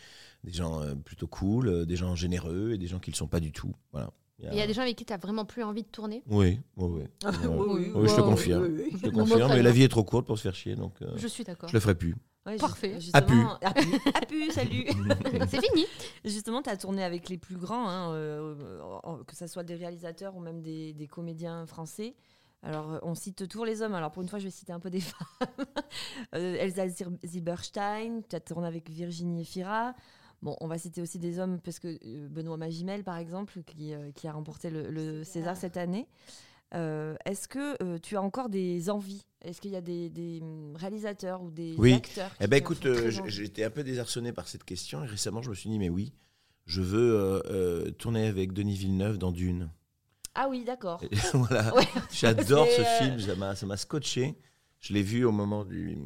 Speaker 5: des gens euh, plutôt cool, euh, des gens généreux, et des gens qui ne le sont pas du tout. Voilà. Il y a-
Speaker 2: Il y a Ah, des gens avec qui tu n'as vraiment plus envie de tourner
Speaker 5: Oui, oui, oui. Ouais.
Speaker 1: oui,
Speaker 5: Oui, je te
Speaker 2: wow.
Speaker 5: confirme. Je te
Speaker 2: Bon,
Speaker 5: confirme.
Speaker 2: très
Speaker 5: mais
Speaker 2: bien.
Speaker 5: la vie est trop courte pour se faire chier, donc euh,
Speaker 2: Je suis d'accord.
Speaker 5: je le ferai plus.
Speaker 1: Ouais, ju-
Speaker 2: Parfait.
Speaker 1: justement- Appu. Appu, salut.
Speaker 2: C'est fini
Speaker 1: Justement, tu as tourné avec les plus grands, hein, euh, euh, en- que ce soit des réalisateurs ou même des, des comédiens français. Alors, euh, on cite toujours les hommes. Alors, pour une fois, je vais citer un peu des femmes. Euh, Elsa Zir- Zilberstein, tu as tourné avec Virginie Efira. Bon, on va citer aussi des hommes, parce que euh, Benoît Magimel, par exemple, qui, euh, qui a remporté le, le César cette année. Euh, Est-ce que euh, tu as encore des envies Est-ce qu'il y a des, des, hum, réalisateurs ou des
Speaker 5: Oui.
Speaker 1: acteurs
Speaker 5: Eh
Speaker 1: qui
Speaker 5: ben
Speaker 1: te
Speaker 5: écoute,
Speaker 1: font très
Speaker 5: euh, j-
Speaker 1: envie
Speaker 5: j'ai été un peu désarçonné par cette question, et récemment, je me suis dit, mais oui, je veux euh, euh, tourner avec Denis Villeneuve dans Dune.
Speaker 1: Ah oui, d'accord.
Speaker 5: Et voilà.
Speaker 1: Ouais.
Speaker 5: J'adore ce
Speaker 1: C'est, euh,
Speaker 5: film, ça m'a, ça m'a scotché. Je l'ai vu au moment du.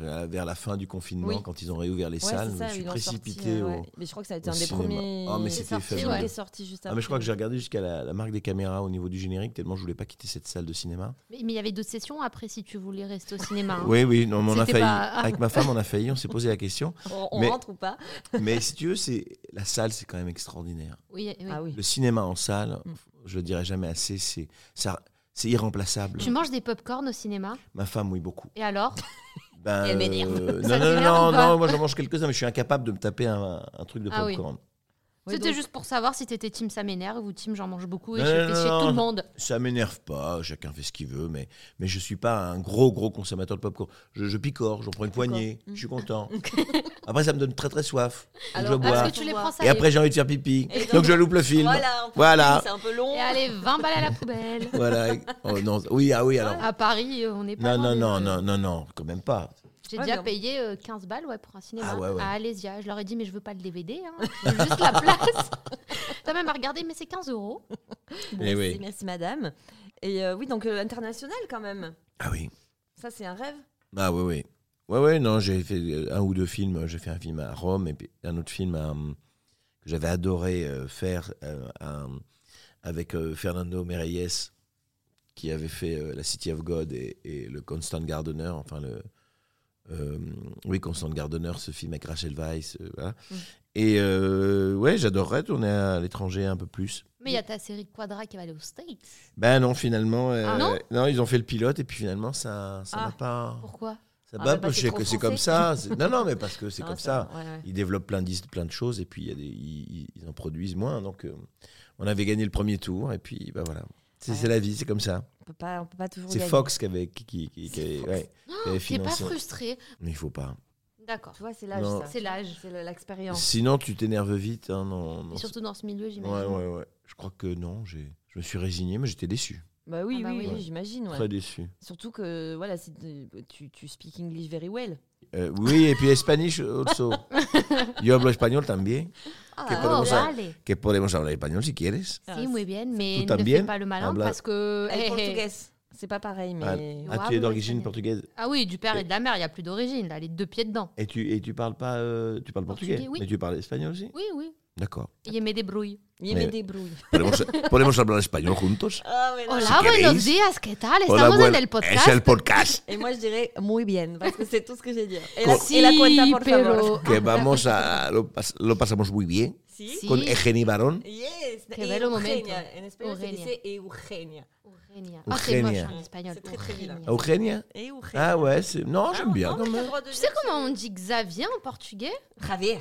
Speaker 5: euh, Vers la fin du confinement,
Speaker 1: Oui.
Speaker 5: quand ils ont réouvert les
Speaker 1: Ouais,
Speaker 5: salles,
Speaker 1: c'est
Speaker 5: je
Speaker 1: ça,
Speaker 5: me suis
Speaker 1: ils l'ont
Speaker 5: précipité
Speaker 1: sorti, euh,
Speaker 5: au.
Speaker 1: ouais. Mais je crois que ça a été
Speaker 5: au
Speaker 1: un des
Speaker 5: cinéma.
Speaker 1: premiers.
Speaker 5: Ah, mais
Speaker 1: C'est
Speaker 5: c'était
Speaker 1: sorti,
Speaker 5: fabuleux.
Speaker 1: ouais. qui est sorti juste
Speaker 5: Ah,
Speaker 1: après.
Speaker 5: mais je crois que j'ai regardé jusqu'à la, la marque des caméras au niveau du générique, tellement je voulais pas quitter cette salle de cinéma.
Speaker 2: Mais mais il y avait d'autres sessions après si tu voulais rester au cinéma.
Speaker 1: Ah.
Speaker 2: hein.
Speaker 5: Oui, oui, non, mais on a
Speaker 2: C'était
Speaker 5: failli.
Speaker 2: pas- ah.
Speaker 5: Avec ma femme, on a failli, on s'est posé la question.
Speaker 1: On, on
Speaker 5: Mais-
Speaker 1: rentre ou pas
Speaker 5: Mais si tu veux, c'est... la salle, c'est quand même extraordinaire.
Speaker 2: Oui, oui.
Speaker 1: Ah oui.
Speaker 5: Le cinéma en salle,
Speaker 1: Mm.
Speaker 5: je le dirai jamais assez, c'est, ça, c'est irremplaçable.
Speaker 2: Tu manges des pop-corn au cinéma
Speaker 5: Ma femme, oui, beaucoup.
Speaker 2: Et alors
Speaker 5: Ben,
Speaker 1: Et elle m'énerve.
Speaker 5: euh,
Speaker 2: Ça
Speaker 5: non, non,
Speaker 2: t'énerve ou
Speaker 5: non,
Speaker 2: pas
Speaker 5: non, moi j'en mange quelques-uns, mais je suis incapable de me taper un, un truc de
Speaker 2: Ah oui.
Speaker 5: popcorn.
Speaker 1: Ouais,
Speaker 2: C'était
Speaker 1: donc-
Speaker 2: juste pour savoir si t'étais team ça m'énerve ou team j'en mange beaucoup et
Speaker 5: Non,
Speaker 2: je
Speaker 5: non,
Speaker 2: fais
Speaker 5: non,
Speaker 2: chier
Speaker 5: non.
Speaker 2: tout le monde.
Speaker 5: Ça m'énerve pas, chacun fait ce qu'il veut, mais, mais je suis pas un gros, gros consommateur de popcorn. Je, je picore, j'en prends une poignée,
Speaker 2: Mmh.
Speaker 1: Mm.
Speaker 5: je suis content. Après, ça me donne très, très soif. Donc,
Speaker 1: Alors,
Speaker 5: je
Speaker 1: est-ce
Speaker 5: bois.
Speaker 2: Parce que tu les prends
Speaker 5: Et
Speaker 2: salés.
Speaker 5: après, j'ai envie de faire pipi.
Speaker 1: Et
Speaker 5: Donc,
Speaker 1: donc-
Speaker 5: je loupe le film. Voilà.
Speaker 1: Voilà. on peut-
Speaker 5: Voilà.
Speaker 1: C'est un peu long.
Speaker 2: Et allez, 20 balles à la poubelle.
Speaker 5: Oh, non. Oui, ah oui, alors.
Speaker 2: À Paris, euh, on n'est pas.
Speaker 5: Non, non,
Speaker 2: loin
Speaker 5: non,
Speaker 2: des-
Speaker 5: non, non, non, quand même pas.
Speaker 2: J'ai
Speaker 1: Ouais,
Speaker 2: déjà
Speaker 1: mais on-
Speaker 2: payé euh, 15 balles ouais, pour un cinéma
Speaker 5: Ah ouais, ouais.
Speaker 2: à Alésia. Je leur ai dit, mais je veux pas le DVD, hein, je veux juste la place. T'as même à regarder, mais c'est 15 euros.
Speaker 1: Bon,
Speaker 5: Eh oui.
Speaker 1: c'est- Merci, madame. Et euh, oui, donc euh, international quand même.
Speaker 5: Ah oui.
Speaker 1: Ça, c'est un rêve.
Speaker 5: Ah oui, oui. Ouais, ouais, non, j'ai fait euh, un ou deux films. J'ai fait un film à Rome et puis un autre film à, hum, que j'avais adoré euh, faire euh, à, hum, avec euh, Fernando Mereyes, qui avait fait euh, La City of God et, et le Constant Gardener, enfin le. euh, oui, Constant Gardener, ce film avec Rachel Weisz. euh, voilà.
Speaker 1: Mm.
Speaker 5: Et euh, ouais, j'adorerais tourner à l'étranger un peu plus.
Speaker 2: Mais il y a ta série Quadra qui va aller aux States.
Speaker 5: Ben non, finalement. euh,
Speaker 2: Ah non
Speaker 5: ils ont fait le pilote et puis finalement, ça ça n'a
Speaker 1: Ah.
Speaker 5: pas.
Speaker 2: Pourquoi
Speaker 5: Ça
Speaker 1: Ah,
Speaker 5: bat
Speaker 1: mais parce que
Speaker 5: poché
Speaker 1: trop
Speaker 5: que c'est
Speaker 1: français.
Speaker 5: comme ça. c'est- Non, non, mais parce que c'est
Speaker 1: Non,
Speaker 5: comme ça.
Speaker 1: ouais, ouais.
Speaker 5: Ils développent plein, d'is- plein de choses et puis il y a des, ils, ils- ils en produisent moins. Donc euh, on avait gagné le premier tour et puis bah voilà. C'est
Speaker 1: Ouais.
Speaker 5: c'est la vie, c'est comme ça.
Speaker 1: On peut pas, on peut pas toujours
Speaker 5: C'est
Speaker 1: gagner.
Speaker 5: Fox qui avait, qui, qui- qui- qui
Speaker 1: C'est
Speaker 5: avait-
Speaker 1: Fox. Oh,
Speaker 5: ouais, qui avait
Speaker 2: T'es pas
Speaker 5: financé.
Speaker 2: frustré.
Speaker 5: Mais il faut pas.
Speaker 2: D'accord.
Speaker 1: Tu vois, c'est l'âge.
Speaker 5: Non.
Speaker 1: ça.
Speaker 2: C'est l'âge.
Speaker 1: C'est le- l'expérience.
Speaker 5: Sinon, tu t'énerves vite. hein, non, non,
Speaker 2: Et surtout dans ce milieu,
Speaker 5: c'est-
Speaker 2: j'imagine.
Speaker 5: ouais, ouais, ouais. Je crois que non, j'ai- je me suis résigné, mais j'étais déçu.
Speaker 1: Bah oui,
Speaker 2: Ah bah
Speaker 1: oui,
Speaker 2: oui.
Speaker 1: oui, j'imagine. ouais.
Speaker 5: Très déçu.
Speaker 1: Surtout que voilà, c'est de- tu, tu speak English very well.
Speaker 5: Euh, oui, et puis Spanish also. Yo hablo español también. Que
Speaker 2: Ah,
Speaker 5: podemos
Speaker 2: oh,
Speaker 5: hablar.
Speaker 2: vale.
Speaker 5: Que podemos hablar español si quieres.
Speaker 1: Ah,
Speaker 2: Si, muy bien, mais
Speaker 5: Tout
Speaker 2: ne
Speaker 5: bien,
Speaker 2: fais pas le malin
Speaker 5: habla-
Speaker 2: parce que. eh,
Speaker 1: Hey,
Speaker 2: Hey, hey.
Speaker 1: ah, portugaise, c'est pas pareil, mais
Speaker 2: Yo
Speaker 5: Ah, tu es
Speaker 2: hablo
Speaker 5: d'origine
Speaker 2: espagnol.
Speaker 5: portugaise
Speaker 2: Ah oui, du père et de la mère, il n'y a plus d'origine, là, les deux pieds dedans.
Speaker 5: et tu, et tu parles pas euh, tu parles portugais,
Speaker 2: Portugais, oui.
Speaker 5: mais tu parles espagnol aussi
Speaker 2: Oui, oui.
Speaker 5: D'accord.
Speaker 2: Il me débrouille.
Speaker 1: il
Speaker 5: mais-
Speaker 1: me débrouille.
Speaker 5: Podemos, podemos hablar español juntos
Speaker 1: Ah, mais là-
Speaker 2: Hola,
Speaker 5: queréis.
Speaker 2: buenos días, ¿qué tal?
Speaker 5: Hola,
Speaker 2: Estamos en
Speaker 5: bueno,
Speaker 2: el podcast.
Speaker 5: Es el podcast.
Speaker 1: Et moi, je dirais muy bien, parce que c'est tout ce que j'ai dit. Et
Speaker 5: Co-
Speaker 1: la, et la cuenta, por
Speaker 2: pero-
Speaker 1: favor.
Speaker 5: Que vamos a lo, pas- lo pasamos muy bien
Speaker 1: Si.
Speaker 2: Sí.
Speaker 5: con Eugeni Barón.
Speaker 1: Yes,
Speaker 2: Qué
Speaker 1: et Eugenia.
Speaker 2: bello momento.
Speaker 1: En espagnol, c'est
Speaker 2: Eugenia.
Speaker 1: dice Eugenia.
Speaker 2: Eugenia. Ah, c'est moche
Speaker 5: Eugenia.
Speaker 2: en espagnol.
Speaker 1: C'est très, très vilain.
Speaker 2: Eugenia.
Speaker 5: Eugenia
Speaker 1: Eugenia.
Speaker 5: Ah ouais, c'est- non, j'aime bien
Speaker 1: non,
Speaker 5: quand
Speaker 1: mais t'as
Speaker 5: même.
Speaker 1: le droit de
Speaker 2: Tu
Speaker 1: dire
Speaker 2: sais comment on dit Xavier en portugais
Speaker 1: Javier.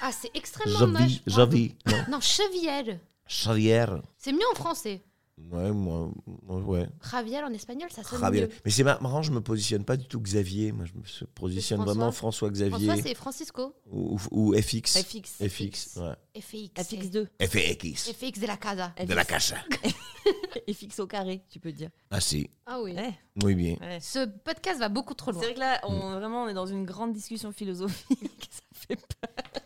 Speaker 2: Ah, c'est extrêmement moche.
Speaker 5: Javi, Javi. Non,
Speaker 2: Non, Cheviel.
Speaker 5: Javier.
Speaker 2: C'est mieux en français.
Speaker 5: Ouais, moi, moi, ouais.
Speaker 2: Javier en espagnol, ça sonne
Speaker 5: Javier.
Speaker 2: mieux.
Speaker 5: Mais c'est mar- marrant, je me positionne pas du tout Xavier. Moi, je me positionne
Speaker 2: François.
Speaker 5: vraiment François Xavier
Speaker 2: François, c'est Francisco.
Speaker 5: ou, ou FX.
Speaker 1: FX.
Speaker 5: FX, ouais.
Speaker 2: FX.
Speaker 1: FX2.
Speaker 5: FX.
Speaker 2: FX de la casa.
Speaker 5: De la casa.
Speaker 1: FX au carré, tu peux dire.
Speaker 5: Ah si,
Speaker 2: Ah oui.
Speaker 1: Ouais,
Speaker 5: muy bien.
Speaker 1: ouais.
Speaker 2: Ce podcast va beaucoup trop
Speaker 1: C'est
Speaker 2: loin.
Speaker 1: vrai que là,
Speaker 5: Mm.
Speaker 1: on, vraiment, on est dans une grande discussion philosophique. ça fait peur.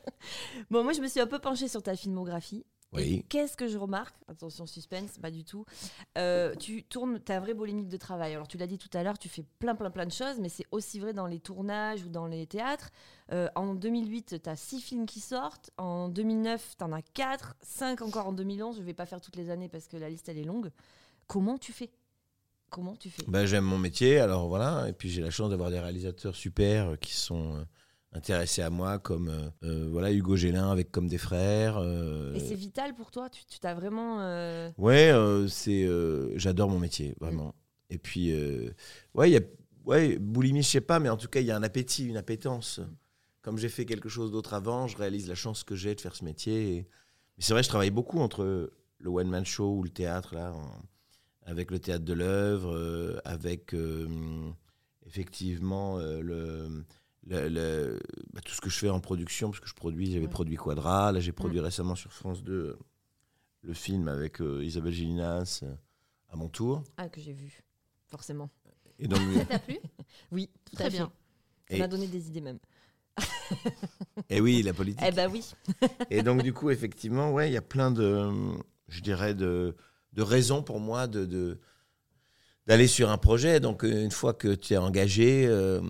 Speaker 1: Bon, moi, je me suis un peu penchée sur ta filmographie. Et
Speaker 5: Oui.
Speaker 1: Qu'est-ce que je remarque Attention, suspense, pas du tout. Euh, tu tournes ta vraie bolémique de travail. Alors, tu l'as dit tout à l'heure, tu fais plein, plein, plein de choses, mais c'est aussi vrai dans les tournages ou dans les théâtres. Euh, en 2008, tu as six films qui sortent. En 2009, tu en as quatre. Cinq encore en 2011. Je vais pas faire toutes les années parce que la liste, elle est longue. Comment tu fais Comment tu fais
Speaker 5: Ben, J'aime mon métier, alors voilà. Et puis j'ai la chance d'avoir des réalisateurs super euh, qui sont euh, intéressés à moi, comme euh, euh, voilà, Hugo Gélin avec Comme des Frères. euh,
Speaker 1: Et c'est vital pour toi Tu tu t'as vraiment. euh,
Speaker 5: Ouais, euh, c'est, euh, j'adore mon métier, vraiment. Et puis, euh, ouais, il y a, ouais, boulimie, je sais pas, mais en tout cas, il y a un appétit, une appétence. Comme j'ai fait quelque chose d'autre avant, je réalise la chance que j'ai de faire ce métier. Et- Mais c'est vrai, je travaille beaucoup entre le one man show ou le théâtre là, en- avec le théâtre de l'œuvre, euh, avec euh, effectivement euh, le. le- le- bah, tout ce que je fais en production, parce que je produis, j'avais
Speaker 1: Mm.
Speaker 5: produit Quadra, là j'ai produit récemment sur France 2 euh, le film avec euh, Isabelle Gélinas euh, à mon tour.
Speaker 1: Ah, que j'ai vu, forcément.
Speaker 5: Et donc,
Speaker 2: Ça t'a plu
Speaker 1: Oui, tout
Speaker 2: Très
Speaker 1: à fait.
Speaker 2: bien.
Speaker 1: Ça
Speaker 5: Et-
Speaker 1: m'a donné des idées même.
Speaker 5: et oui, la politique.
Speaker 1: Eh ben oui.
Speaker 5: Et donc, du coup, effectivement, ouais, il y a plein de, euh, je dirais, de, de raisons pour moi de, de- d'aller sur un projet. Donc, euh, une fois que tu es engagé euh,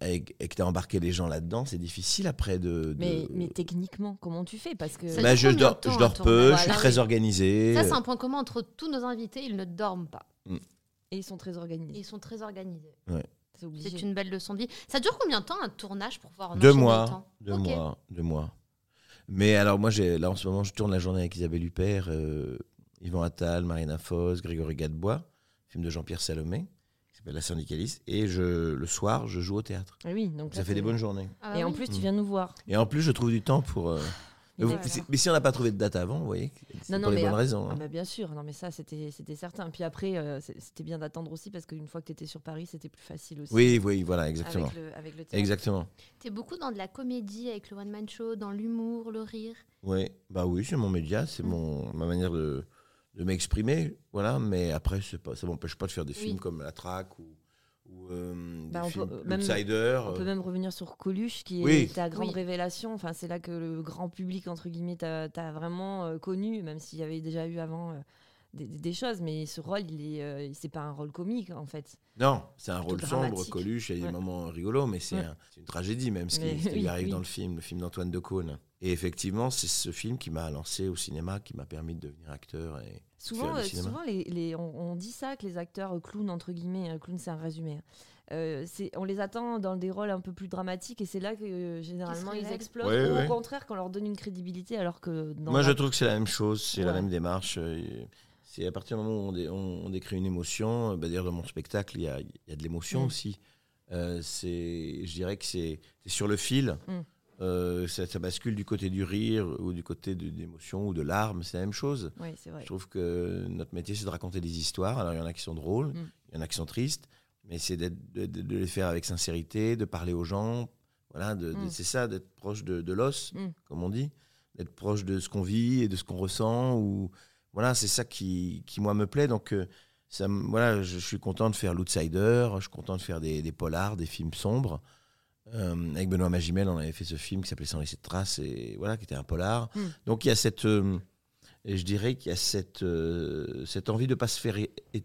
Speaker 5: et, et que tu as embarqué les gens là-dedans, c'est difficile après de. de-
Speaker 1: Mais, mais techniquement, comment tu fais Parce que
Speaker 2: Ça-
Speaker 5: Bah, je,
Speaker 2: combien de
Speaker 5: dors,
Speaker 2: temps
Speaker 5: je
Speaker 2: un
Speaker 5: dors
Speaker 2: tournage
Speaker 5: peu, je suis
Speaker 2: Voilà,
Speaker 5: très
Speaker 2: oui.
Speaker 5: organisé. euh,
Speaker 2: Ça, c'est un point commun entre tous nos invités. Ils ne dorment pas.
Speaker 1: et ils sont très
Speaker 2: Et
Speaker 1: organisés.
Speaker 2: Ils sont très organisés.
Speaker 1: C'est obligé.
Speaker 2: C'est une belle leçon de vie. Ça dure combien de temps un tournage pour pouvoir en
Speaker 5: Deux
Speaker 2: enchaîner
Speaker 5: mois,
Speaker 2: autant
Speaker 5: deux
Speaker 2: Ok.
Speaker 5: mois, deux mois. Mais alors moi, j'ai là en ce moment, je tourne la journée avec Isabelle Huppert, euh, Yvan Attal, Marina Foss, Grégory Gadebois, film de Jean-Pierre Salomé, qui s'appelle La syndicaliste, et je, le soir, je joue au théâtre.
Speaker 1: Ah oui, donc
Speaker 5: Ça
Speaker 1: là,
Speaker 5: fait des
Speaker 1: c'est-
Speaker 5: bonnes journées.
Speaker 2: Ah,
Speaker 1: Et en
Speaker 2: oui.
Speaker 1: plus, tu
Speaker 5: Mm.
Speaker 1: viens nous voir.
Speaker 5: Et en plus, je trouve du temps pour... euh, mais, vous-
Speaker 1: Voilà.
Speaker 5: c'est- mais si on n'a pas trouvé de date avant, vous voyez, c'est
Speaker 1: Non,
Speaker 5: pour
Speaker 1: non,
Speaker 5: les
Speaker 1: mais
Speaker 5: bonnes
Speaker 1: à-
Speaker 5: raisons.
Speaker 1: Ah
Speaker 5: hein.
Speaker 1: bah bien sûr, non mais ça c'était c'était certain. Puis après, euh, c'est- c'était bien d'attendre aussi parce qu'une fois que tu étais sur Paris, c'était plus facile aussi.
Speaker 5: Oui, oui, voilà,
Speaker 1: avec
Speaker 5: exactement.
Speaker 1: le, avec le théâtre.
Speaker 5: Exactement.
Speaker 2: T'es beaucoup dans de la comédie avec le one-man show, dans l'humour, le rire.
Speaker 5: Oui, bah oui, c'est mon média,
Speaker 1: Mm.
Speaker 5: c'est mon ma manière de, de m'exprimer, voilà. Mais après, c'est pas, ça m'empêche pas de faire des
Speaker 2: Oui.
Speaker 5: films comme La Traque ou, ou euh,
Speaker 1: Bah,
Speaker 5: des
Speaker 1: on
Speaker 5: films
Speaker 1: peut- euh, même-
Speaker 5: L'Outsider.
Speaker 1: On peut même revenir sur Coluche qui est
Speaker 5: Oui.
Speaker 1: ta grande
Speaker 2: Oui.
Speaker 1: révélation. Enfin, c'est là que le grand public entre guillemets t'a t'a vraiment euh, connu, même s'il y avait déjà eu avant euh, des, des- des choses. Mais ce rôle, il est euh, c'est pas un rôle comique en fait.
Speaker 5: Non, c'est un rôle sombre,
Speaker 1: dramatique.
Speaker 5: Coluche, il y a des
Speaker 1: Ouais.
Speaker 5: moments rigolos, mais c'est
Speaker 1: Ouais.
Speaker 5: un- c'est une tragédie même ce qui,
Speaker 1: Mais
Speaker 5: ce qui lui
Speaker 1: oui,
Speaker 5: arrive
Speaker 1: oui.
Speaker 5: dans le film, le film d'Antoine de Caunes. Et effectivement, c'est ce film qui m'a lancé au cinéma, qui m'a permis de devenir acteur. Et
Speaker 1: Souvent,
Speaker 5: Faire du
Speaker 1: euh,
Speaker 5: cinéma.
Speaker 1: souvent les, les- on, on dit ça que les acteurs euh, clowns, entre guillemets, hein, clown c'est un résumé, hein, euh, c'est- on les attend dans des rôles un peu plus dramatiques et c'est là que euh, généralement ils
Speaker 2: révèlent.
Speaker 1: explosent.
Speaker 5: Ouais,
Speaker 1: ou
Speaker 5: ouais.
Speaker 1: au contraire, qu'on leur donne une crédibilité alors que dans
Speaker 5: Moi,
Speaker 1: la-
Speaker 5: je trouve que c'est la même chose, c'est la
Speaker 1: Ouais.
Speaker 5: même démarche. euh, C'est à partir du moment où on, dé- on- on décrit une émotion, euh, bah, d'ailleurs dans mon spectacle, il y a, il y a de l'émotion
Speaker 1: Mm.
Speaker 5: aussi. Euh, c'est, je dirais que c'est, c'est sur le fil.
Speaker 1: Mm.
Speaker 5: Euh, ça, ça bascule du côté du rire ou du côté de, l'émotion ou de larmes, c'est la même chose.
Speaker 1: Oui, c'est vrai.
Speaker 5: Je trouve que notre métier, c'est de raconter des histoires. Alors, il y en a qui sont drôles,
Speaker 1: Mm.
Speaker 5: il y en a qui sont tristes, mais c'est d'être- de, de- de les faire avec sincérité, de parler aux gens. Voilà, de- de-
Speaker 1: Mm.
Speaker 5: c'est ça, d'être proche de, de l'os,
Speaker 1: Mm.
Speaker 5: comme on dit, d'être proche de ce qu'on vit et de ce qu'on ressent. Ou, voilà, c'est ça qui, qui, moi, me plaît. Donc, euh, ça, me- voilà, je, je suis content de faire l'Outsider, je suis content de faire des, des polars, des films sombres. Euh, avec Benoît Magimel, on avait fait ce film qui s'appelait Sans laisser de traces, et voilà, qui était un polar.
Speaker 2: Hmm.
Speaker 1: Mm.
Speaker 5: Donc, il y a cette. euh, et je dirais qu'il y a cette, euh, cette envie de ne pas se faire é- é-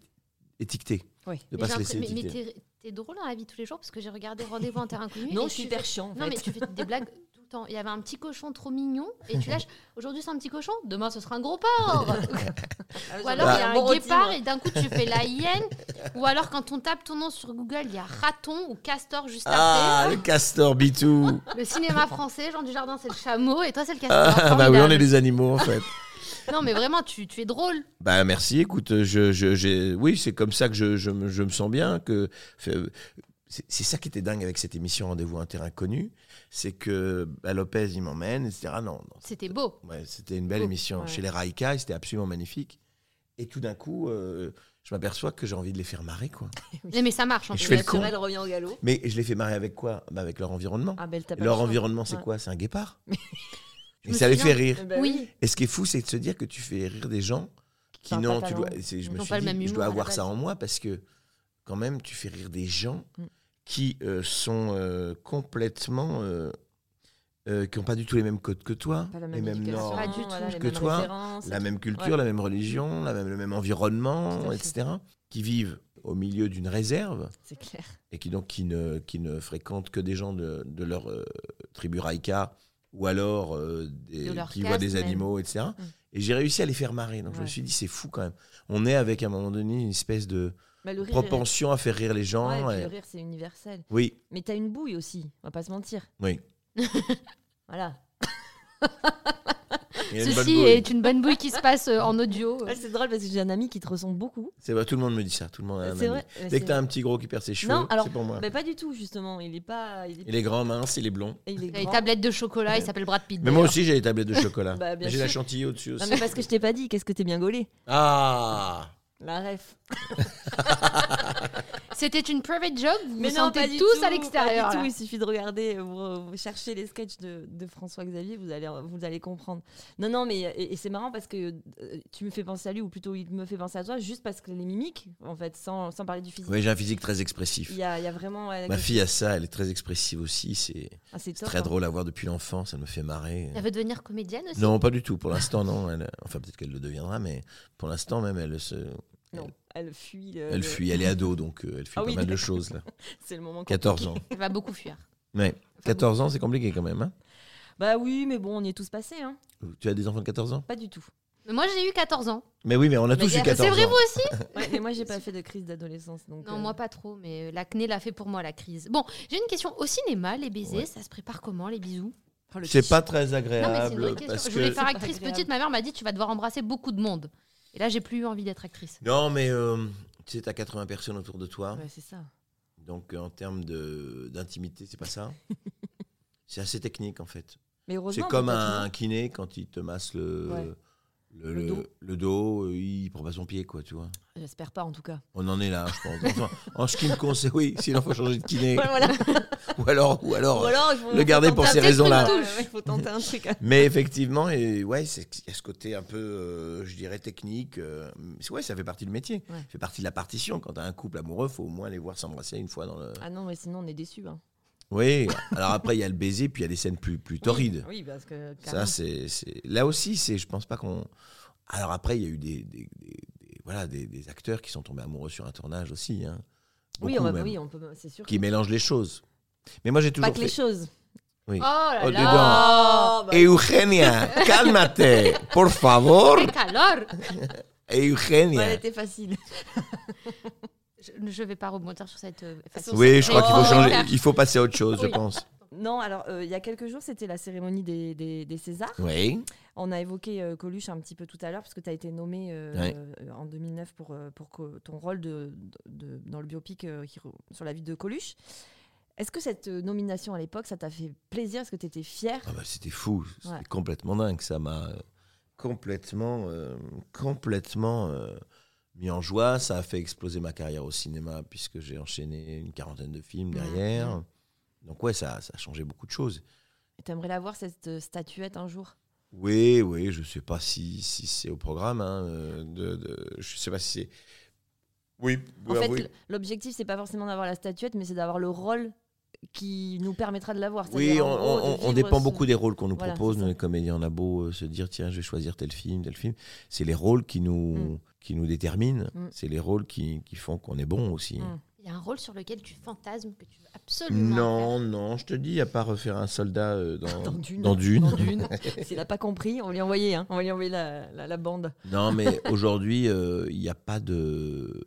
Speaker 5: étiqueter.
Speaker 1: Oui.
Speaker 5: De
Speaker 2: Mais
Speaker 5: pas
Speaker 2: j'ai
Speaker 5: se laisser
Speaker 2: l'impression- mais mais
Speaker 5: étiqueter.
Speaker 2: t'es- t'es drôle dans la vie tous les jours parce que j'ai regardé Rendez-vous en terrain connu.
Speaker 6: Non, je
Speaker 2: et tu
Speaker 6: suis hyper
Speaker 2: fais-
Speaker 6: chiant. En fait.
Speaker 2: Non, mais tu fais des blagues tout le temps. Il y avait un petit cochon trop mignon et tu lâches. Aujourd'hui, c'est un petit cochon. Demain, ce sera un gros porc.
Speaker 6: Ah,
Speaker 2: Ou alors,
Speaker 6: j'en
Speaker 2: il y a
Speaker 6: ai
Speaker 2: un
Speaker 6: marre,
Speaker 2: guépard
Speaker 1: hein.
Speaker 6: dis-moi.
Speaker 2: et d'un coup, tu fais la hyène. Ou alors, quand on tape ton nom sur Google, il y a raton ou castor juste
Speaker 5: Ah,
Speaker 2: après.
Speaker 5: le castor bitou
Speaker 2: Le cinéma français, Jean Dujardin, c'est le chameau et toi, c'est le castor.
Speaker 5: Ah, bah oui, on est
Speaker 2: Formidable.
Speaker 5: des animaux, en fait.
Speaker 2: Non, mais vraiment, tu, tu es drôle.
Speaker 5: bah merci, écoute, je, je- j'ai- oui, c'est comme ça que je, je me- je me sens bien. que fait- euh, C'est c'est ça qui était dingue avec cette émission Rendez-vous à un terrain connu, c'est que bah, Lopez, il m'emmène, etc. Non, non,
Speaker 2: C'était beau.
Speaker 5: Ouais, c'était une belle
Speaker 2: Oh,
Speaker 5: émission.
Speaker 2: ouais.
Speaker 5: Chez les Raïka, c'était absolument magnifique. Et tout d'un coup, euh, je m'aperçois que j'ai envie de les faire marrer, quoi.
Speaker 2: Mais, mais ça marche. En
Speaker 5: Je
Speaker 2: fait.
Speaker 5: fais le con.
Speaker 6: naturel revient au galop.
Speaker 5: Mais je les fais marrer avec quoi Bah, Avec leur environnement.
Speaker 1: Ah, belle tape.
Speaker 5: Et leur environnement, c'est
Speaker 1: Ouais.
Speaker 5: quoi C'est un guépard.
Speaker 2: Je
Speaker 5: Et
Speaker 2: me
Speaker 5: ça les
Speaker 2: souviens.
Speaker 5: fait rire.
Speaker 6: Eh
Speaker 1: Bah
Speaker 6: ben
Speaker 2: Oui.
Speaker 5: Et ce qui est fou, c'est de se dire que tu fais rire des gens qui
Speaker 1: Qui ont
Speaker 5: non,
Speaker 1: pas
Speaker 5: tu
Speaker 1: talent.
Speaker 5: dois. c'est- Je
Speaker 2: Ils
Speaker 5: me
Speaker 2: ont
Speaker 5: suis
Speaker 2: pas le
Speaker 5: dit,
Speaker 2: même
Speaker 5: je
Speaker 2: humour
Speaker 5: dois
Speaker 2: à la
Speaker 5: avoir
Speaker 2: base.
Speaker 5: ça en moi parce que quand même, tu fais rire des gens
Speaker 1: Mm.
Speaker 5: qui euh, sont euh, complètement, euh, euh, qui n'ont pas du tout les mêmes codes que toi,
Speaker 1: Pas la
Speaker 5: les
Speaker 1: même
Speaker 5: mêmes
Speaker 1: éducation.
Speaker 5: normes.
Speaker 1: Pas
Speaker 6: Pas
Speaker 1: du
Speaker 6: du
Speaker 1: tout.
Speaker 6: tout.
Speaker 5: Que toi, la même culture,
Speaker 6: Ouais.
Speaker 5: la même religion, la même, le même
Speaker 1: Tout
Speaker 5: environnement,
Speaker 1: à fait.
Speaker 5: etc., qui vivent au milieu d'une réserve
Speaker 1: C'est clair.
Speaker 5: et qui donc qui ne, qui ne fréquentent que des gens de, de leur euh, tribu Raika ou alors euh, des-
Speaker 2: De leur
Speaker 5: qui
Speaker 2: caste
Speaker 5: voient des
Speaker 2: même.
Speaker 5: animaux, etc.
Speaker 1: Mm.
Speaker 5: Et j'ai réussi à les faire marrer. Donc je me
Speaker 1: Ouais.
Speaker 5: suis dit, c'est fou quand même. On est avec à un moment donné une espèce de
Speaker 1: Bah, le rire,
Speaker 5: propension à faire rire les
Speaker 1: est- ouais,
Speaker 5: gens.
Speaker 1: puis
Speaker 5: et-
Speaker 1: le rire, c'est universel.
Speaker 5: Oui,
Speaker 1: Mais t'as une bouille aussi, on va pas se mentir.
Speaker 5: oui.
Speaker 1: Voilà.
Speaker 5: Il y a une bonne
Speaker 2: Ceci
Speaker 5: bouille.
Speaker 2: est une bonne bouille qui se passe euh, en audio.
Speaker 1: Ouais, c'est drôle parce que j'ai un ami qui te ressemble beaucoup.
Speaker 5: C'est vrai, tout le monde me dit ça. Tout le monde a un
Speaker 1: C'est
Speaker 5: ami.
Speaker 1: vrai. mais
Speaker 5: Dès
Speaker 1: c'est-
Speaker 5: que t'as un petit gros qui perd ses cheveux,
Speaker 1: Non, alors,
Speaker 5: c'est pour moi.
Speaker 1: mais pas du tout, justement. Il est pas. Il est,
Speaker 5: Il est grand, mince, il est blond.
Speaker 1: il est
Speaker 2: Il a les
Speaker 1: grand.
Speaker 2: tablettes de chocolat, il s'appelle Brad Pitt.
Speaker 5: Mais moi aussi, j'ai les tablettes de chocolat.
Speaker 1: Bah, bien
Speaker 5: Mais j'ai la
Speaker 1: sûr.
Speaker 5: chantilly au-dessus
Speaker 1: Non,
Speaker 5: aussi.
Speaker 1: mais parce que je t'ai pas dit, qu'est-ce que t'es bien gaulé
Speaker 5: Ah
Speaker 1: La ref.
Speaker 2: C'était une private joke, vous
Speaker 1: Mais
Speaker 2: vous
Speaker 1: non, pas
Speaker 2: sentez
Speaker 1: du
Speaker 2: tous
Speaker 1: tout,
Speaker 2: à l'extérieur.
Speaker 1: Pas du
Speaker 2: là.
Speaker 1: tout, il suffit de regarder, euh, vous, vous cherchez les sketchs de, de François Xavier, vous allez, vous allez comprendre. Non, non, mais et, et c'est marrant parce que euh, tu me fais penser à lui, ou plutôt il me fait penser à toi, juste parce que les mimiques, en fait, sans, sans parler du physique.
Speaker 5: Oui, j'ai un physique très
Speaker 1: Il
Speaker 5: expressif.
Speaker 1: y a, il y a vraiment. ouais,
Speaker 5: Ma
Speaker 1: quelque-
Speaker 5: fille a ça, elle est très expressive aussi. C'est
Speaker 1: Ah, c'est
Speaker 5: c'est
Speaker 1: top,
Speaker 5: très
Speaker 1: hein.
Speaker 5: drôle à voir depuis l'enfance, ça me fait marrer.
Speaker 2: Elle veut devenir comédienne aussi
Speaker 5: Non, pas du tout. Pour l'instant, non. Elle- Enfin, peut-être qu'elle le deviendra, mais pour l'instant, même, elle, se...
Speaker 2: Euh,
Speaker 1: Non, elle fuit. le-
Speaker 5: elle
Speaker 1: le-
Speaker 5: fuit. Elle est ado, donc euh, elle fuit
Speaker 1: Ah
Speaker 5: pas
Speaker 1: oui,
Speaker 5: mal de
Speaker 1: d'accord.
Speaker 5: choses. Là.
Speaker 1: C'est le moment. qu'on-
Speaker 5: 14 ans.
Speaker 2: Elle va beaucoup fuir.
Speaker 5: Ouais. 14 ans, c'est compliqué quand même. hein.
Speaker 1: Bah oui, mais bon, on y est tous passés, hein.
Speaker 5: tu as des enfants de 14 ans
Speaker 1: Pas du tout.
Speaker 2: Mais moi, j'ai eu 14 ans.
Speaker 5: Mais oui, mais on a
Speaker 1: Mais
Speaker 5: Ah, tous eu
Speaker 1: c'est
Speaker 5: 14
Speaker 2: C'est vrai,
Speaker 5: ans. Ah,
Speaker 2: vous aussi
Speaker 1: Ouais, mais moi, j'ai pas fait de crise d'adolescence, donc.
Speaker 2: Non,
Speaker 1: euh,
Speaker 2: moi pas trop, mais euh, l'acné l'a fait pour moi, la crise. Bon, j'ai une question. Au cinéma, les baisers,
Speaker 5: Ouais.
Speaker 2: ça se prépare comment, les bisous
Speaker 1: oh, le
Speaker 5: C'est
Speaker 1: petit-
Speaker 5: pas très
Speaker 2: Non, mais c'est une
Speaker 5: agréable.
Speaker 2: vraie question.
Speaker 5: euh, parce
Speaker 2: Je
Speaker 5: que...
Speaker 2: voulais faire
Speaker 1: C'est pas
Speaker 2: actrice
Speaker 1: agréable.
Speaker 2: petite, ma mère m'a dit tu vas devoir embrasser beaucoup de monde. Et là, j'ai plus eu envie d'être actrice.
Speaker 5: Non, mais euh, tu sais, t'as 80 personnes autour de toi.
Speaker 1: Ouais, c'est ça.
Speaker 5: Donc euh, en termes de- d'intimité, c'est pas ça. c'est assez technique en fait.
Speaker 1: Mais heureusement.
Speaker 5: C'est comme
Speaker 1: peut-être,
Speaker 5: un
Speaker 1: non
Speaker 5: kiné quand il te masse le,
Speaker 1: Ouais.
Speaker 5: le,
Speaker 1: Le
Speaker 5: le-
Speaker 1: dos.
Speaker 5: le dos, euh, il prend pas son pied quoi, tu vois.
Speaker 1: J'espère pas, en tout cas.
Speaker 5: On en est là, je pense. Enfin, en ce qui me concerne, oui, sinon faut changer de kiné.
Speaker 1: Ouais, voilà.
Speaker 5: Ou alors, ou alors. euh,
Speaker 1: Ou alors, il faut-
Speaker 5: le garder
Speaker 1: faut
Speaker 5: pour
Speaker 1: tenter
Speaker 5: ces raisons-là.
Speaker 1: une touche. Ouais, Il faut tenter un truc. hein.
Speaker 5: Mais effectivement, et ouais, c'est il y a ce côté un peu, euh, je dirais, technique. euh, c'est- ouais, ça fait partie du métier.
Speaker 1: Ouais.
Speaker 5: Ça fait partie de la partition. Quand t'as un couple amoureux, faut au moins les voir s'embrasser une fois dans le.
Speaker 1: Ah non, mais sinon on est déçus. Hein.
Speaker 5: Oui. Alors après, il y a le baiser, puis il y a des scènes plus plus torrides.
Speaker 1: Oui, parce que.
Speaker 5: Ça, c'est, c'est- Là aussi, c'est, je pense pas qu'on. Alors après, il y a eu des, des- des- des- voilà, des, des acteurs qui sont tombés amoureux sur un tournage aussi. hein.
Speaker 1: oui,
Speaker 5: Beaucoup
Speaker 1: on va,
Speaker 5: même.
Speaker 1: oui, on peut. C'est sûr.
Speaker 5: Qui mélangent les choses. Mais moi, j'ai
Speaker 1: Pas
Speaker 5: toujours
Speaker 1: que les
Speaker 5: fait.
Speaker 1: choses.
Speaker 5: Oui.
Speaker 2: Oh là
Speaker 5: Oh,
Speaker 2: là
Speaker 1: bah,
Speaker 5: Et Eugenia, calmate, por favor.
Speaker 2: Et alors
Speaker 5: Et
Speaker 1: ouais, elle
Speaker 5: Eugenia.
Speaker 1: était facile.
Speaker 2: Je ne vais pas rebondir sur cette. euh, façon.
Speaker 5: Oui, je crois qu'il faut
Speaker 2: Oh.
Speaker 5: changer. Il faut passer à autre chose, je
Speaker 1: Oui.
Speaker 5: pense.
Speaker 1: Non, Non, alors, euh, il y a quelques jours, c'était la cérémonie des, des- des Césars.
Speaker 5: Oui.
Speaker 1: On a évoqué euh, Coluche un petit peu tout à l'heure, parce que tu as été nommé euh,
Speaker 5: Ouais.
Speaker 1: euh, en 2009 pour, euh, pour co- ton rôle de, de- dans le biopic euh, qui re- sur la vie de Coluche. Est-ce que cette euh, nomination à l'époque, ça t'a fait plaisir Est-ce que tu étais fière
Speaker 5: Ah bah, c'était fou, c'était
Speaker 1: Ouais.
Speaker 5: complètement dingue. Ça m'a euh, complètement, euh, complètement euh, mis en joie. Ça a fait exploser ma carrière au cinéma puisque j'ai enchaîné une quarantaine de films
Speaker 1: Ouais,
Speaker 5: derrière. Donc ouais, ça, ça a changé beaucoup de choses.
Speaker 1: Et T'aimerais la voir, cette euh, statuette, un jour
Speaker 5: Oui, oui, je sais pas si, si c'est au programme. Hein, euh, de, de- je sais pas si c'est. Oui,
Speaker 1: En
Speaker 5: oui,
Speaker 1: fait,
Speaker 5: Bah oui.
Speaker 1: l- l'objectif, c'est pas forcément d'avoir la statuette, mais c'est d'avoir le rôle qui nous permettra de l'avoir.
Speaker 5: Oui,
Speaker 1: C'est-à-dire,
Speaker 5: on,
Speaker 1: en gros, de
Speaker 5: on- on
Speaker 1: vivre
Speaker 5: dépend
Speaker 1: ce-
Speaker 5: beaucoup des rôles qu'on nous
Speaker 1: Voilà,
Speaker 5: propose.
Speaker 1: c'est
Speaker 5: Nous,
Speaker 1: ça.
Speaker 5: les comédiens, on a beau euh, se dire, tiens, je vais choisir tel film, tel film. C'est les rôles qui nous,
Speaker 1: Mm.
Speaker 5: qui nous déterminent.
Speaker 1: Mm.
Speaker 5: C'est les rôles qui, qui font qu'on est bon aussi.
Speaker 1: Mm.
Speaker 2: Il y a un rôle sur lequel tu fantasmes que tu veux absolument. faire.
Speaker 5: Non, non, je te dis, à part refaire un soldat euh, dans,
Speaker 1: Dans Dune.
Speaker 5: dans Dune.
Speaker 1: Dans Dune. S'il n'a pas compris, on va lui envoyer, hein. on va lui envoyer la, la- la bande.
Speaker 5: non, mais aujourd'hui, euh, il n'y a pas de.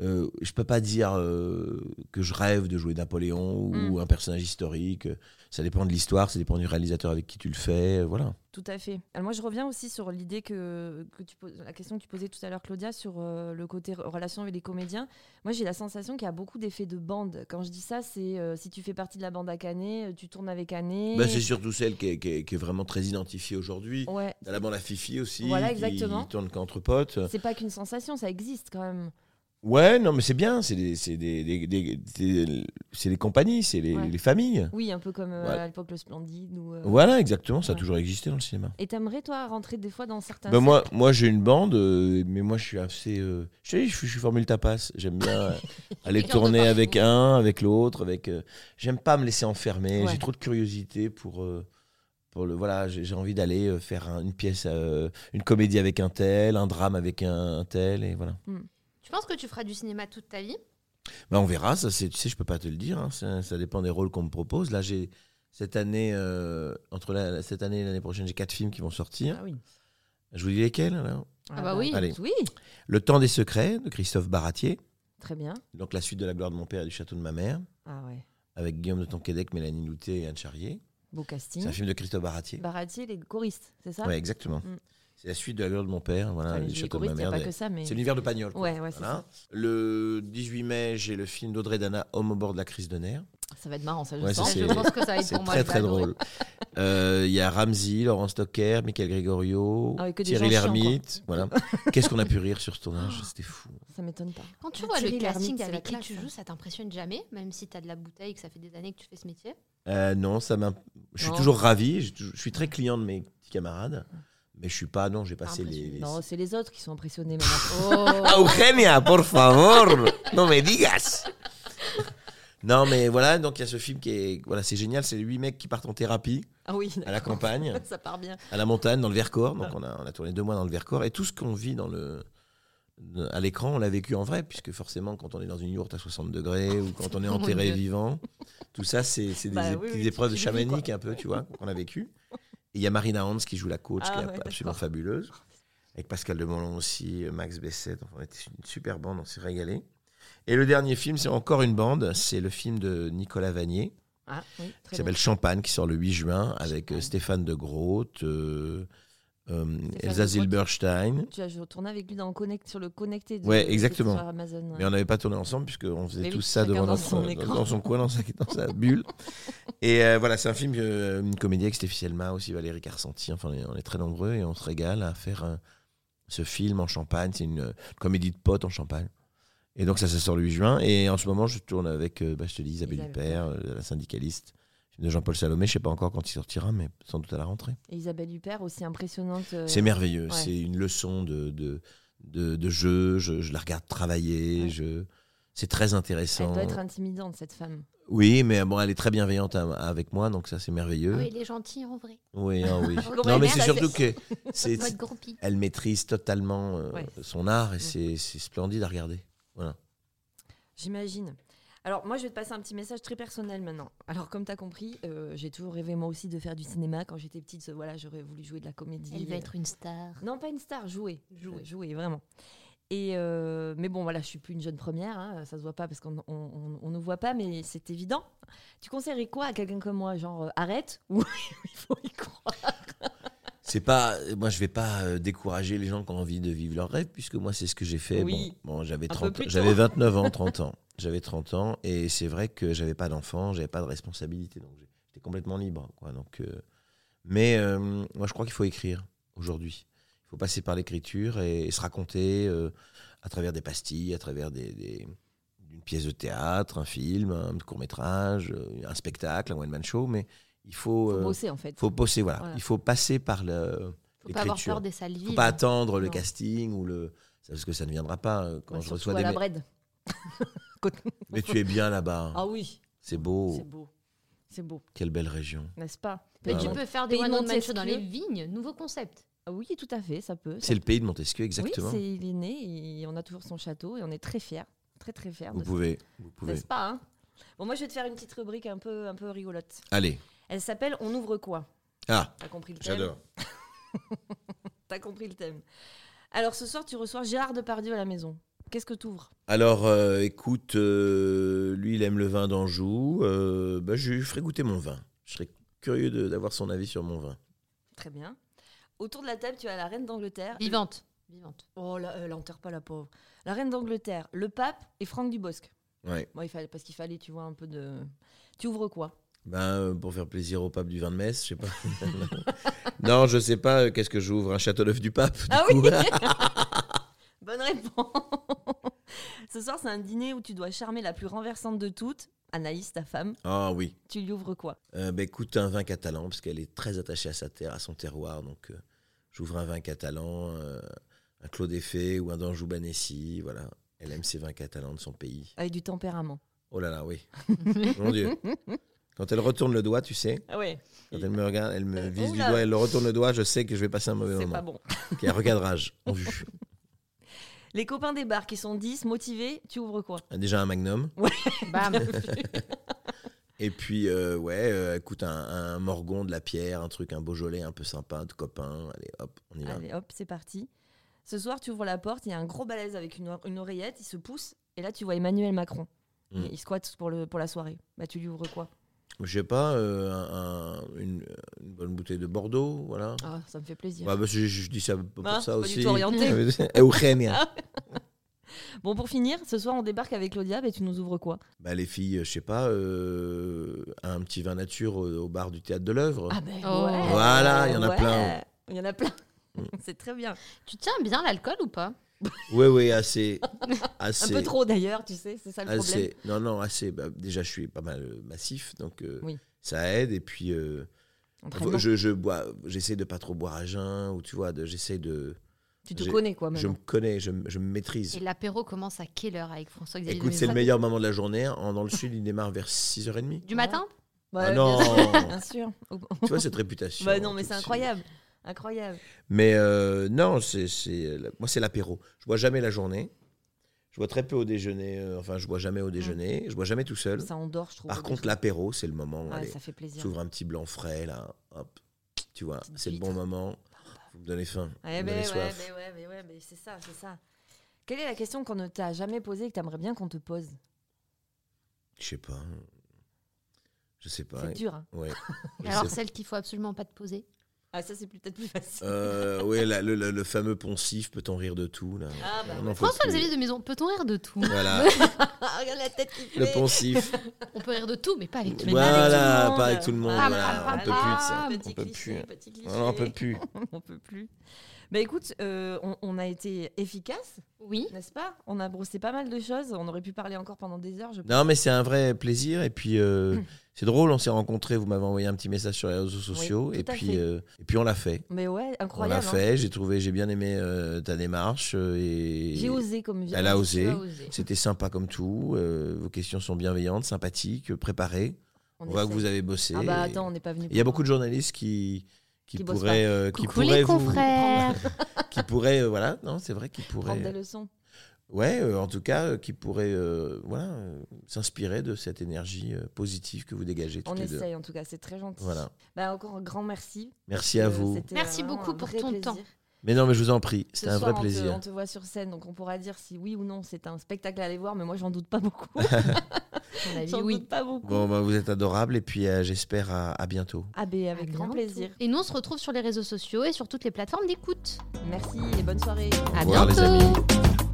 Speaker 5: euh, je peux pas dire euh, que je rêve de jouer Napoléon
Speaker 1: Mm.
Speaker 5: ou un personnage historique. Ça dépend de l'histoire, ça dépend du réalisateur avec qui tu le fais. euh, Voilà.
Speaker 1: Tout à fait. Alors moi, je reviens aussi sur l'idée que, que tu poses, la question que tu posais tout à l'heure, Claudia, sur euh, le côté re- relation avec les comédiens. Moi, j'ai la sensation qu'il y a beaucoup d'effets de bande. Quand je dis ça, c'est euh, si tu fais partie de la bande à Canet, euh, tu tournes avec Canet.
Speaker 5: Bah, c'est surtout celle qui est, qui est- qui est vraiment très identifiée aujourd'hui.
Speaker 1: ouais.
Speaker 5: T'as la bande à Fifi aussi.
Speaker 1: Voilà, exactement.
Speaker 5: Qui tourne qu'entre potes.
Speaker 1: C'est pas qu'une sensation, ça existe quand même.
Speaker 5: Ouais, non, mais c'est bien. C'est des, c'est des, des- des- des- c'est des compagnies, c'est les,
Speaker 1: Ouais.
Speaker 5: les familles.
Speaker 1: Oui, un peu comme euh,
Speaker 5: Ouais.
Speaker 1: à l'époque le Splendide. Ou, euh,
Speaker 5: Voilà, exactement. Ça a
Speaker 1: Ouais.
Speaker 5: toujours existé dans le cinéma.
Speaker 1: Et t'aimerais, toi, rentrer des fois dans certains.
Speaker 5: Bah, moi, moi j'ai une bande, euh, mais moi, je suis assez. euh, je te dis, je suis, je suis formule tapas. J'aime bien euh, aller
Speaker 2: Genre de
Speaker 5: tourner
Speaker 2: partout.
Speaker 5: avec un, avec l'autre. avec. euh, J'aime pas me laisser enfermer.
Speaker 1: Ouais.
Speaker 5: J'ai trop de curiosité pour. euh, pour le, voilà, j'ai j'ai envie d'aller euh, faire un- une pièce, euh, une comédie avec un tel, un drame avec un, un tel, et voilà.
Speaker 2: Tu penses que tu feras du cinéma toute ta vie
Speaker 5: Bah, on verra, ça, c'est- tu sais, je peux pas te le dire. hein, ça, ça dépend des rôles qu'on me propose. Là, j'ai cette année, euh, entre la- cette année et l'année prochaine, j'ai quatre films qui vont sortir.
Speaker 1: Ah oui.
Speaker 5: Je vous dis lesquels alors
Speaker 2: Ah bah oui.
Speaker 5: Allez.
Speaker 1: Oui,
Speaker 5: Le Temps des secrets de Christophe Baratier,
Speaker 1: très bien.
Speaker 5: donc la suite de La gloire de mon père et du château de ma mère,
Speaker 1: Ah ouais.
Speaker 5: avec Guillaume de Tonquédec, Mélanie Loutet et Anne Charrier.
Speaker 1: Beau
Speaker 5: C'est un
Speaker 1: casting.
Speaker 5: film de Christophe Baratier.
Speaker 1: Baratier, les choristes, c'est Mmh. Bah, ça
Speaker 5: ouais, exactement.
Speaker 1: Mm.
Speaker 5: C'est la suite de La gloire de mon père, voilà,
Speaker 1: Enfin,
Speaker 5: et
Speaker 1: les
Speaker 5: du château de
Speaker 1: choristes,
Speaker 5: ma
Speaker 1: il n'y a pas
Speaker 5: mère. des-
Speaker 1: que ça, mais.
Speaker 5: C'est l'univers de Pagnol. quoi.
Speaker 1: Ouais, ouais, c'est
Speaker 5: Voilà. Le 18 mai, j'ai le film d'Audrey Dana, Homme au bord de la crise de nerfs.
Speaker 1: ça. Ça va être marrant, ça, je
Speaker 5: Ouais,
Speaker 1: sens.
Speaker 5: c'est-
Speaker 2: Je pense que ça va être
Speaker 5: C'est
Speaker 2: pour moi.
Speaker 5: très
Speaker 2: je vais
Speaker 5: très
Speaker 2: adorer.
Speaker 5: drôle. Euh, Il y a Ramsey, Laurent Stocker, Michael Gregorio,
Speaker 1: Ah oui, que des
Speaker 5: Thierry
Speaker 1: gens chiants,
Speaker 5: Lhermitte. Voilà. Qu'est-ce qu'on a pu rire sur ce tournage C'était fou.
Speaker 1: Ça m'étonne pas.
Speaker 2: Quand tu
Speaker 1: Ah,
Speaker 2: vois le
Speaker 1: Thierry Lhermitte,
Speaker 2: casting
Speaker 1: c'est la
Speaker 2: avec qui
Speaker 1: classe,
Speaker 2: tu
Speaker 1: hein.
Speaker 2: joues, ça t'impressionne jamais, même si t'as de la bouteille et que ça fait des années que tu fais ce métier.
Speaker 5: Euh, non, ça m'a. Je suis
Speaker 1: Non.
Speaker 5: toujours ravi. Je, je suis très client de mes petits camarades, mais je suis pas. Non, j'ai passé les. les-
Speaker 1: Non, c'est les autres qui sont impressionnés maintenant. Oh,
Speaker 5: Ah, Eugenia, por favor, no me digas. Non, mais voilà. Donc il y a ce film qui est. Voilà, c'est génial. C'est huit mecs qui partent en thérapie
Speaker 1: ah oui,
Speaker 5: à la campagne.
Speaker 1: ça part bien.
Speaker 5: à la montagne, dans le Vercors. Donc
Speaker 1: Ah.
Speaker 5: on a, on a tourné deux mois dans le Vercors. Et tout ce qu'on vit dans le, à l'écran, on l'a vécu en vrai, puisque forcément, quand on est dans une yourte à 60 degrés ou quand on est
Speaker 2: Mon
Speaker 5: enterré
Speaker 2: Dieu.
Speaker 5: vivant, tout ça, c'est c'est des
Speaker 1: Oh Bah
Speaker 5: é-
Speaker 1: oui, oui,
Speaker 5: petites
Speaker 1: tu-
Speaker 5: épreuves
Speaker 1: tu le vis,
Speaker 5: chamaniques un peu, tu vois, qu'on a vécu. Et il y a Marina Hans qui joue la coach,
Speaker 1: Ah
Speaker 5: qui est
Speaker 1: ouais,
Speaker 5: absolument
Speaker 1: d'accord.
Speaker 5: fabuleuse. Avec Pascal Demolon aussi, Max Besset. Enfin, on était une super bande, on s'est régalé. Et le dernier film, c'est encore une bande. C'est le film de Nicolas Vanier,
Speaker 1: Ah oui, très
Speaker 5: qui
Speaker 1: bien.
Speaker 5: s'appelle Champagne, qui sort le 8 juin avec euh,
Speaker 1: Champagne.
Speaker 5: Stéphane de Groot, euh, euh,
Speaker 1: de
Speaker 5: Elsa
Speaker 1: Groot.
Speaker 5: Zilberstein.
Speaker 1: Tu as tourné avec lui dans Connect, sur le Connecté de,
Speaker 5: Ouais, exactement.
Speaker 1: sur Amazon. ouais.
Speaker 5: Mais on n'avait pas tourné ensemble puisqu'on faisait
Speaker 1: Mais
Speaker 5: tout
Speaker 1: oui,
Speaker 5: ça
Speaker 1: chacun
Speaker 5: devant
Speaker 1: dans
Speaker 5: notre-
Speaker 1: son
Speaker 5: dans-
Speaker 1: écran.
Speaker 5: dans son coin, dans sa, dans sa bulle. Et euh, voilà, c'est un film, euh, une comédie avec Stéphie Elma, aussi Valérie Carcenti. Enfin, on est, on est très nombreux et on se régale à faire euh, ce film en Champagne. C'est une euh, comédie de potes en Champagne. Et donc ça, ça sort le 8 juin. Et en ce moment, je tourne avec, euh, bah, je te dis, Isabelle
Speaker 1: Isabelle
Speaker 5: Huppert, euh, la syndicaliste film de Jean-Paul Salomé. Je sais pas encore quand il sortira, mais sans doute à la rentrée.
Speaker 1: Et Isabelle Huppert, aussi impressionnante. euh,
Speaker 5: C'est merveilleux.
Speaker 1: ouais.
Speaker 5: C'est une leçon de, de, de, de jeu. Je, je la regarde travailler.
Speaker 1: Ouais.
Speaker 5: Je... C'est très
Speaker 1: Elle
Speaker 5: intéressant.
Speaker 1: doit être intimidante, cette femme.
Speaker 5: Oui, mais bon, elle est très bienveillante à- avec moi, donc ça, c'est merveilleux.
Speaker 2: Ah oui,
Speaker 5: Oui,
Speaker 2: il est gentil en vrai.
Speaker 5: ah oui.
Speaker 2: Comment
Speaker 5: non,
Speaker 2: elle
Speaker 5: mais
Speaker 2: est,
Speaker 5: c'est
Speaker 2: ça,
Speaker 5: surtout que c'est,
Speaker 2: Votre groupie.
Speaker 5: elle maîtrise totalement euh,
Speaker 1: Ouais. Mm.
Speaker 5: son art et c'est, c'est splendide à regarder.
Speaker 1: J'imagine. Alors, moi, je vais te passer un petit message très personnel maintenant. Alors, comme tu as compris, euh, j'ai toujours rêvé, moi aussi, de faire du cinéma. Quand j'étais petite, euh, voilà, j'aurais voulu jouer de la comédie.
Speaker 2: Elle
Speaker 1: euh,
Speaker 2: veut être une star.
Speaker 1: Non, pas une star, jouer. Jouer. Jouer, vraiment. Et euh, mais bon, voilà, je suis plus une jeune première, hein, ça se voit pas parce qu'on on, on- on nous voit pas, mais c'est évident. Tu conseillerais quoi à quelqu'un comme moi Genre, euh, arrête ou il faut y croire
Speaker 5: C'est pas, moi je vais pas euh, décourager les gens qui ont envie de vivre leur rêve, puisque moi c'est ce que j'ai fait.
Speaker 1: Oui.
Speaker 5: Bon, bon, j'avais
Speaker 1: peu
Speaker 5: 30,
Speaker 1: plus tôt.
Speaker 5: j'avais 29 ans, 30 ans, j'avais 30 ans, et c'est vrai que j'avais pas d'enfant, j'avais pas de responsabilité, donc j'étais complètement libre, quoi. Donc, euh, mais euh, moi je crois qu'il faut écrire aujourd'hui. Il faut passer par l'écriture et, se raconter euh, à travers des pastilles, à travers des, des- une pièce de théâtre, un film, un court métrage, un spectacle, un one man show, mais il faut,
Speaker 1: Faut
Speaker 5: euh,
Speaker 1: bosser en fait.
Speaker 5: faut bosser, voilà.
Speaker 1: Voilà.
Speaker 5: Il faut passer par le.
Speaker 2: Faut pas avoir
Speaker 5: l'écriture.
Speaker 2: peur des salles
Speaker 5: Il faut
Speaker 2: vides.
Speaker 5: pas attendre le
Speaker 2: Non.
Speaker 5: casting ou le. ça, Parce que ça ne viendra pas euh, quand
Speaker 1: Ouais,
Speaker 5: je
Speaker 1: surtout
Speaker 5: reçois
Speaker 1: à
Speaker 5: des.
Speaker 1: la
Speaker 5: ma-
Speaker 1: Bred.
Speaker 5: Mais tu es bien là-bas. hein.
Speaker 1: Ah oui,
Speaker 5: C'est beau.
Speaker 1: c'est beau, c'est beau,
Speaker 5: Quelle belle région.
Speaker 1: n'est-ce pas
Speaker 2: Mais
Speaker 5: Ah
Speaker 2: tu
Speaker 5: ouais.
Speaker 2: peux faire des
Speaker 1: Pays
Speaker 2: one man
Speaker 1: Montesquieu.
Speaker 2: show dans les vignes, nouveau concept.
Speaker 1: Ah Oui, tout à fait, ça peut. ça
Speaker 5: C'est le pays de Montesquieu, exactement.
Speaker 1: Oui, c'est- il est né, et on a toujours son château et on est très fiers, très très fiers
Speaker 5: vous
Speaker 1: de
Speaker 5: pouvez. Vous
Speaker 1: ça.
Speaker 5: pouvez.
Speaker 1: N'est-ce pas hein Bon, moi je vais te faire une petite rubrique un peu, un peu rigolote.
Speaker 5: Allez.
Speaker 1: Elle s'appelle On ouvre quoi
Speaker 5: Ah,
Speaker 1: T'as compris le thème
Speaker 5: j'adore.
Speaker 1: T'as compris le thème. Alors ce soir, tu reçois Gérard Depardieu à la maison. Qu'est-ce que t'ouvres
Speaker 5: Alors, euh, écoute, euh, lui, il aime le vin d'Anjou. Euh, bah, je lui ferai goûter mon vin. Je serais curieux de- d'avoir son avis sur mon vin.
Speaker 1: Très bien. Autour de la table, tu as la reine d'Angleterre.
Speaker 2: Vivante. Vivante.
Speaker 1: Oh, la, euh, l'enterre pas la pauvre. La reine d'Angleterre, le pape et Franck Dubosc.
Speaker 5: Ouais.
Speaker 1: Bon, il fallait, parce qu'il fallait, tu vois, un peu de... Tu ouvres quoi
Speaker 5: Ben, euh, pour faire plaisir au pape du vin de Metz, je sais pas. non, je sais pas. euh, Qu'est-ce que j'ouvre Un château neuf du pape du
Speaker 1: Ah
Speaker 5: coup.
Speaker 1: oui Bonne réponse. Ce soir, c'est un dîner où tu dois charmer la plus renversante de toutes, Anaïs, ta femme.
Speaker 5: Ah oui.
Speaker 1: Tu lui ouvres quoi
Speaker 5: Euh, bah, écoute, un vin catalan, parce qu'elle est très attachée à sa terre, à son terroir. Donc, euh, j'ouvre un vin catalan, euh, un Clos des Fées ou un d'Anjou Banessi. Voilà. Elle aime ses vins catalans de son pays.
Speaker 1: Avec du tempérament.
Speaker 5: Oh là là, oui. Mon Dieu. Quand elle retourne le doigt, tu sais,
Speaker 1: Ah ouais,
Speaker 5: quand elle me regarde, elle me
Speaker 1: Euh,
Speaker 5: vise du
Speaker 1: oula.
Speaker 5: doigt, elle le retourne le doigt, je sais que je vais passer un mauvais
Speaker 1: c'est pas
Speaker 5: moment.
Speaker 1: bon.
Speaker 5: Ok, un recadrage, en vue.
Speaker 1: Les copains débarquent, ils sont 10, motivés, tu ouvres quoi
Speaker 5: Déjà un magnum.
Speaker 2: Bam.
Speaker 5: Et puis, euh, ouais, euh, écoute, un, un morgon de la pierre, un truc, un Beaujolais un peu sympa, de copain. Allez, hop, on y va.
Speaker 1: Allez, hop, c'est parti. Ce soir, tu ouvres la porte, il y a un gros balèze avec une, or- une oreillette, il se pousse, et là, tu vois Emmanuel Macron.
Speaker 5: Mm.
Speaker 1: Il squatte pour, le, pour la soirée. Bah, tu lui ouvres quoi
Speaker 5: Je sais pas, euh, un- un- une, une bonne bouteille de Bordeaux, voilà.
Speaker 1: Ah, ça me fait plaisir.
Speaker 5: Ouais, bah, je, je dis ça pour
Speaker 1: Ah, c'est
Speaker 5: ça
Speaker 1: pas du
Speaker 5: aussi. Euh,
Speaker 1: tout orienté. Ah.
Speaker 5: Eugenia.
Speaker 1: Bon, pour finir, ce soir, on débarque avec Claudia, et tu nous ouvres quoi
Speaker 5: Bah, les filles, je sais pas, euh, un petit vin nature euh, au, au bar du théâtre de l'œuvre.
Speaker 1: ben
Speaker 2: Oh. ouais.
Speaker 5: Voilà, il y en a plein.
Speaker 1: Il y en a plein.
Speaker 5: Mm.
Speaker 1: C'est très bien.
Speaker 2: tu tiens bien l'alcool ou pas
Speaker 5: Oui, oui, assez.
Speaker 1: Un
Speaker 5: assez
Speaker 1: peu trop d'ailleurs, tu sais, c'est ça le problème.
Speaker 5: assez. Non, non, assez. Bah, déjà, je suis pas mal euh, massif, donc euh,
Speaker 1: Oui.
Speaker 5: ça aide. Et puis, euh,
Speaker 1: Entraînement.
Speaker 5: je, je bois, j'essaie de pas trop boire à jeun, ou tu vois, de- j'essaie de.
Speaker 1: Tu te
Speaker 5: j'ai-
Speaker 1: connais quoi
Speaker 5: Je
Speaker 1: maintenant.
Speaker 5: me connais, je, me- je me maîtrise.
Speaker 2: Et l'apéro commence à quelle heure avec François Xavier
Speaker 5: Écoute,
Speaker 2: de
Speaker 5: c'est le
Speaker 2: Maison
Speaker 5: meilleur moment de la journée. En- dans le sud, il démarre vers 6h30.
Speaker 2: Du matin
Speaker 1: Bah,
Speaker 5: Ah
Speaker 1: bien
Speaker 5: non
Speaker 1: sûr, Bien sûr.
Speaker 5: Tu vois cette réputation.
Speaker 1: Bah non, mais
Speaker 5: tout
Speaker 1: c'est
Speaker 5: de suite.
Speaker 1: incroyable. Incroyable.
Speaker 5: Mais euh, non, c'est, c'est- moi, c'est l'apéro. Je bois jamais la journée. Je bois très peu au déjeuner. euh, enfin, je bois jamais au déjeuner. Je bois jamais tout seul.
Speaker 1: Ça endort, je trouve.
Speaker 5: Par contre, l'apéro, c'est le moment.
Speaker 1: Ouais,
Speaker 5: allez,
Speaker 1: ça fait plaisir.
Speaker 5: j'ouvre un petit blanc frais, là. Hop. Tu vois,
Speaker 1: Petite
Speaker 5: c'est le bon
Speaker 1: huître.
Speaker 5: moment. Vous me donnez faim.
Speaker 1: Ouais,
Speaker 5: vous me
Speaker 1: mais
Speaker 5: donnez
Speaker 1: ouais,
Speaker 5: soif.
Speaker 1: mais ouais, mais ouais, mais c'est ça, c'est ça. Quelle est la question qu'on ne t'a jamais posée et que t'aimerais bien qu'on te pose
Speaker 5: Je sais pas. Je sais pas.
Speaker 1: C'est dur. hein.
Speaker 5: Ouais. Je
Speaker 2: Alors
Speaker 5: sais
Speaker 2: celle qu'il faut absolument pas te poser.
Speaker 1: Ah, ça, c'est peut-être plus facile.
Speaker 5: Euh, ouais, là, le, le- le fameux poncif, peut-on rire de tout là.
Speaker 1: Ah, bah, ah,
Speaker 5: On en peut
Speaker 2: François
Speaker 5: plus.
Speaker 2: Xavier de Maison, peut-on rire de tout
Speaker 5: Voilà,
Speaker 1: regarde la tête qu'il
Speaker 5: le
Speaker 1: fait.
Speaker 5: poncif.
Speaker 2: On peut rire de tout, mais pas avec tout le monde.
Speaker 5: voilà,
Speaker 1: monde.
Speaker 5: pas avec tout le monde.
Speaker 2: Ah,
Speaker 5: voilà,
Speaker 2: ah,
Speaker 5: on peut plus de ça.
Speaker 2: ah,
Speaker 5: On
Speaker 1: Petit
Speaker 5: peut
Speaker 1: cliché,
Speaker 5: plus. hein.
Speaker 1: petit cliché.
Speaker 5: Non, non, on peut plus.
Speaker 1: on peut plus. Bah écoute, euh, on, on a été efficace,
Speaker 2: Oui.
Speaker 1: n'est-ce pas On a brossé pas mal de choses. On aurait pu parler encore pendant des heures. Je...
Speaker 5: Non, mais c'est un vrai plaisir. Et puis,
Speaker 1: Mm.
Speaker 5: euh, c'est drôle, on s'est rencontrés. Vous m'avez envoyé un petit message sur les réseaux sociaux.
Speaker 1: tout
Speaker 5: et,
Speaker 1: à
Speaker 5: puis,
Speaker 1: fait.
Speaker 5: euh, et puis, on l'a fait.
Speaker 1: Mais ouais,
Speaker 5: On l'a
Speaker 1: incroyable. hein.
Speaker 5: fait. J'ai trouvé, j'ai bien aimé euh, ta démarche. euh, et
Speaker 1: J'ai osé comme vie.
Speaker 5: Elle a osé.
Speaker 2: osé.
Speaker 5: C'était sympa comme tout. euh, vos questions sont bienveillantes, sympathiques, préparées. On, voit que vous avez bossé.
Speaker 1: Ah bah
Speaker 5: et-
Speaker 1: attends, on n'est pas venu.
Speaker 5: Il y a beaucoup de journalistes qui, qui,
Speaker 1: Qui bossent
Speaker 5: pourraient, euh, qui
Speaker 2: Coucou
Speaker 5: pourraient
Speaker 2: les
Speaker 5: vous-
Speaker 2: confrères.
Speaker 5: qui pourraient, euh, voilà, non, c'est vrai, qui
Speaker 1: prendre des
Speaker 5: pourraient,
Speaker 1: leçons.
Speaker 5: ouais, euh, en tout cas, euh, qui pourraient, euh, voilà, euh, s'inspirer de cette énergie euh, positive que vous dégagez tous
Speaker 1: On
Speaker 5: les deux.
Speaker 1: essaye en tout cas, c'est très gentil.
Speaker 5: Voilà.
Speaker 1: Bah encore un grand merci.
Speaker 5: Merci à
Speaker 1: Euh,
Speaker 5: vous.
Speaker 1: c'était
Speaker 2: Merci
Speaker 1: vraiment
Speaker 2: beaucoup
Speaker 1: un
Speaker 2: pour
Speaker 1: vrai
Speaker 2: ton
Speaker 1: plaisir.
Speaker 2: temps.
Speaker 5: Mais non, mais je vous en prie,
Speaker 1: Ce
Speaker 5: c'était un
Speaker 1: soir,
Speaker 5: vrai
Speaker 1: on te-
Speaker 5: plaisir.
Speaker 1: on te voit sur scène, donc on pourra dire si oui ou non c'est un spectacle à aller voir, mais moi j'en doute pas beaucoup.
Speaker 2: On a dit
Speaker 1: j'en
Speaker 2: Bah, oui.
Speaker 1: doute pas beaucoup.
Speaker 5: Bon, bah, vous êtes adorables et puis euh, j'espère à- à bientôt.
Speaker 1: Ah ben, avec
Speaker 2: À
Speaker 1: grand
Speaker 2: bientôt.
Speaker 1: plaisir.
Speaker 2: Et nous, on se retrouve sur les réseaux sociaux et sur toutes les plateformes d'écoute.
Speaker 1: Merci et bonne soirée.
Speaker 2: À
Speaker 5: revoir, les
Speaker 2: bientôt.
Speaker 5: amis.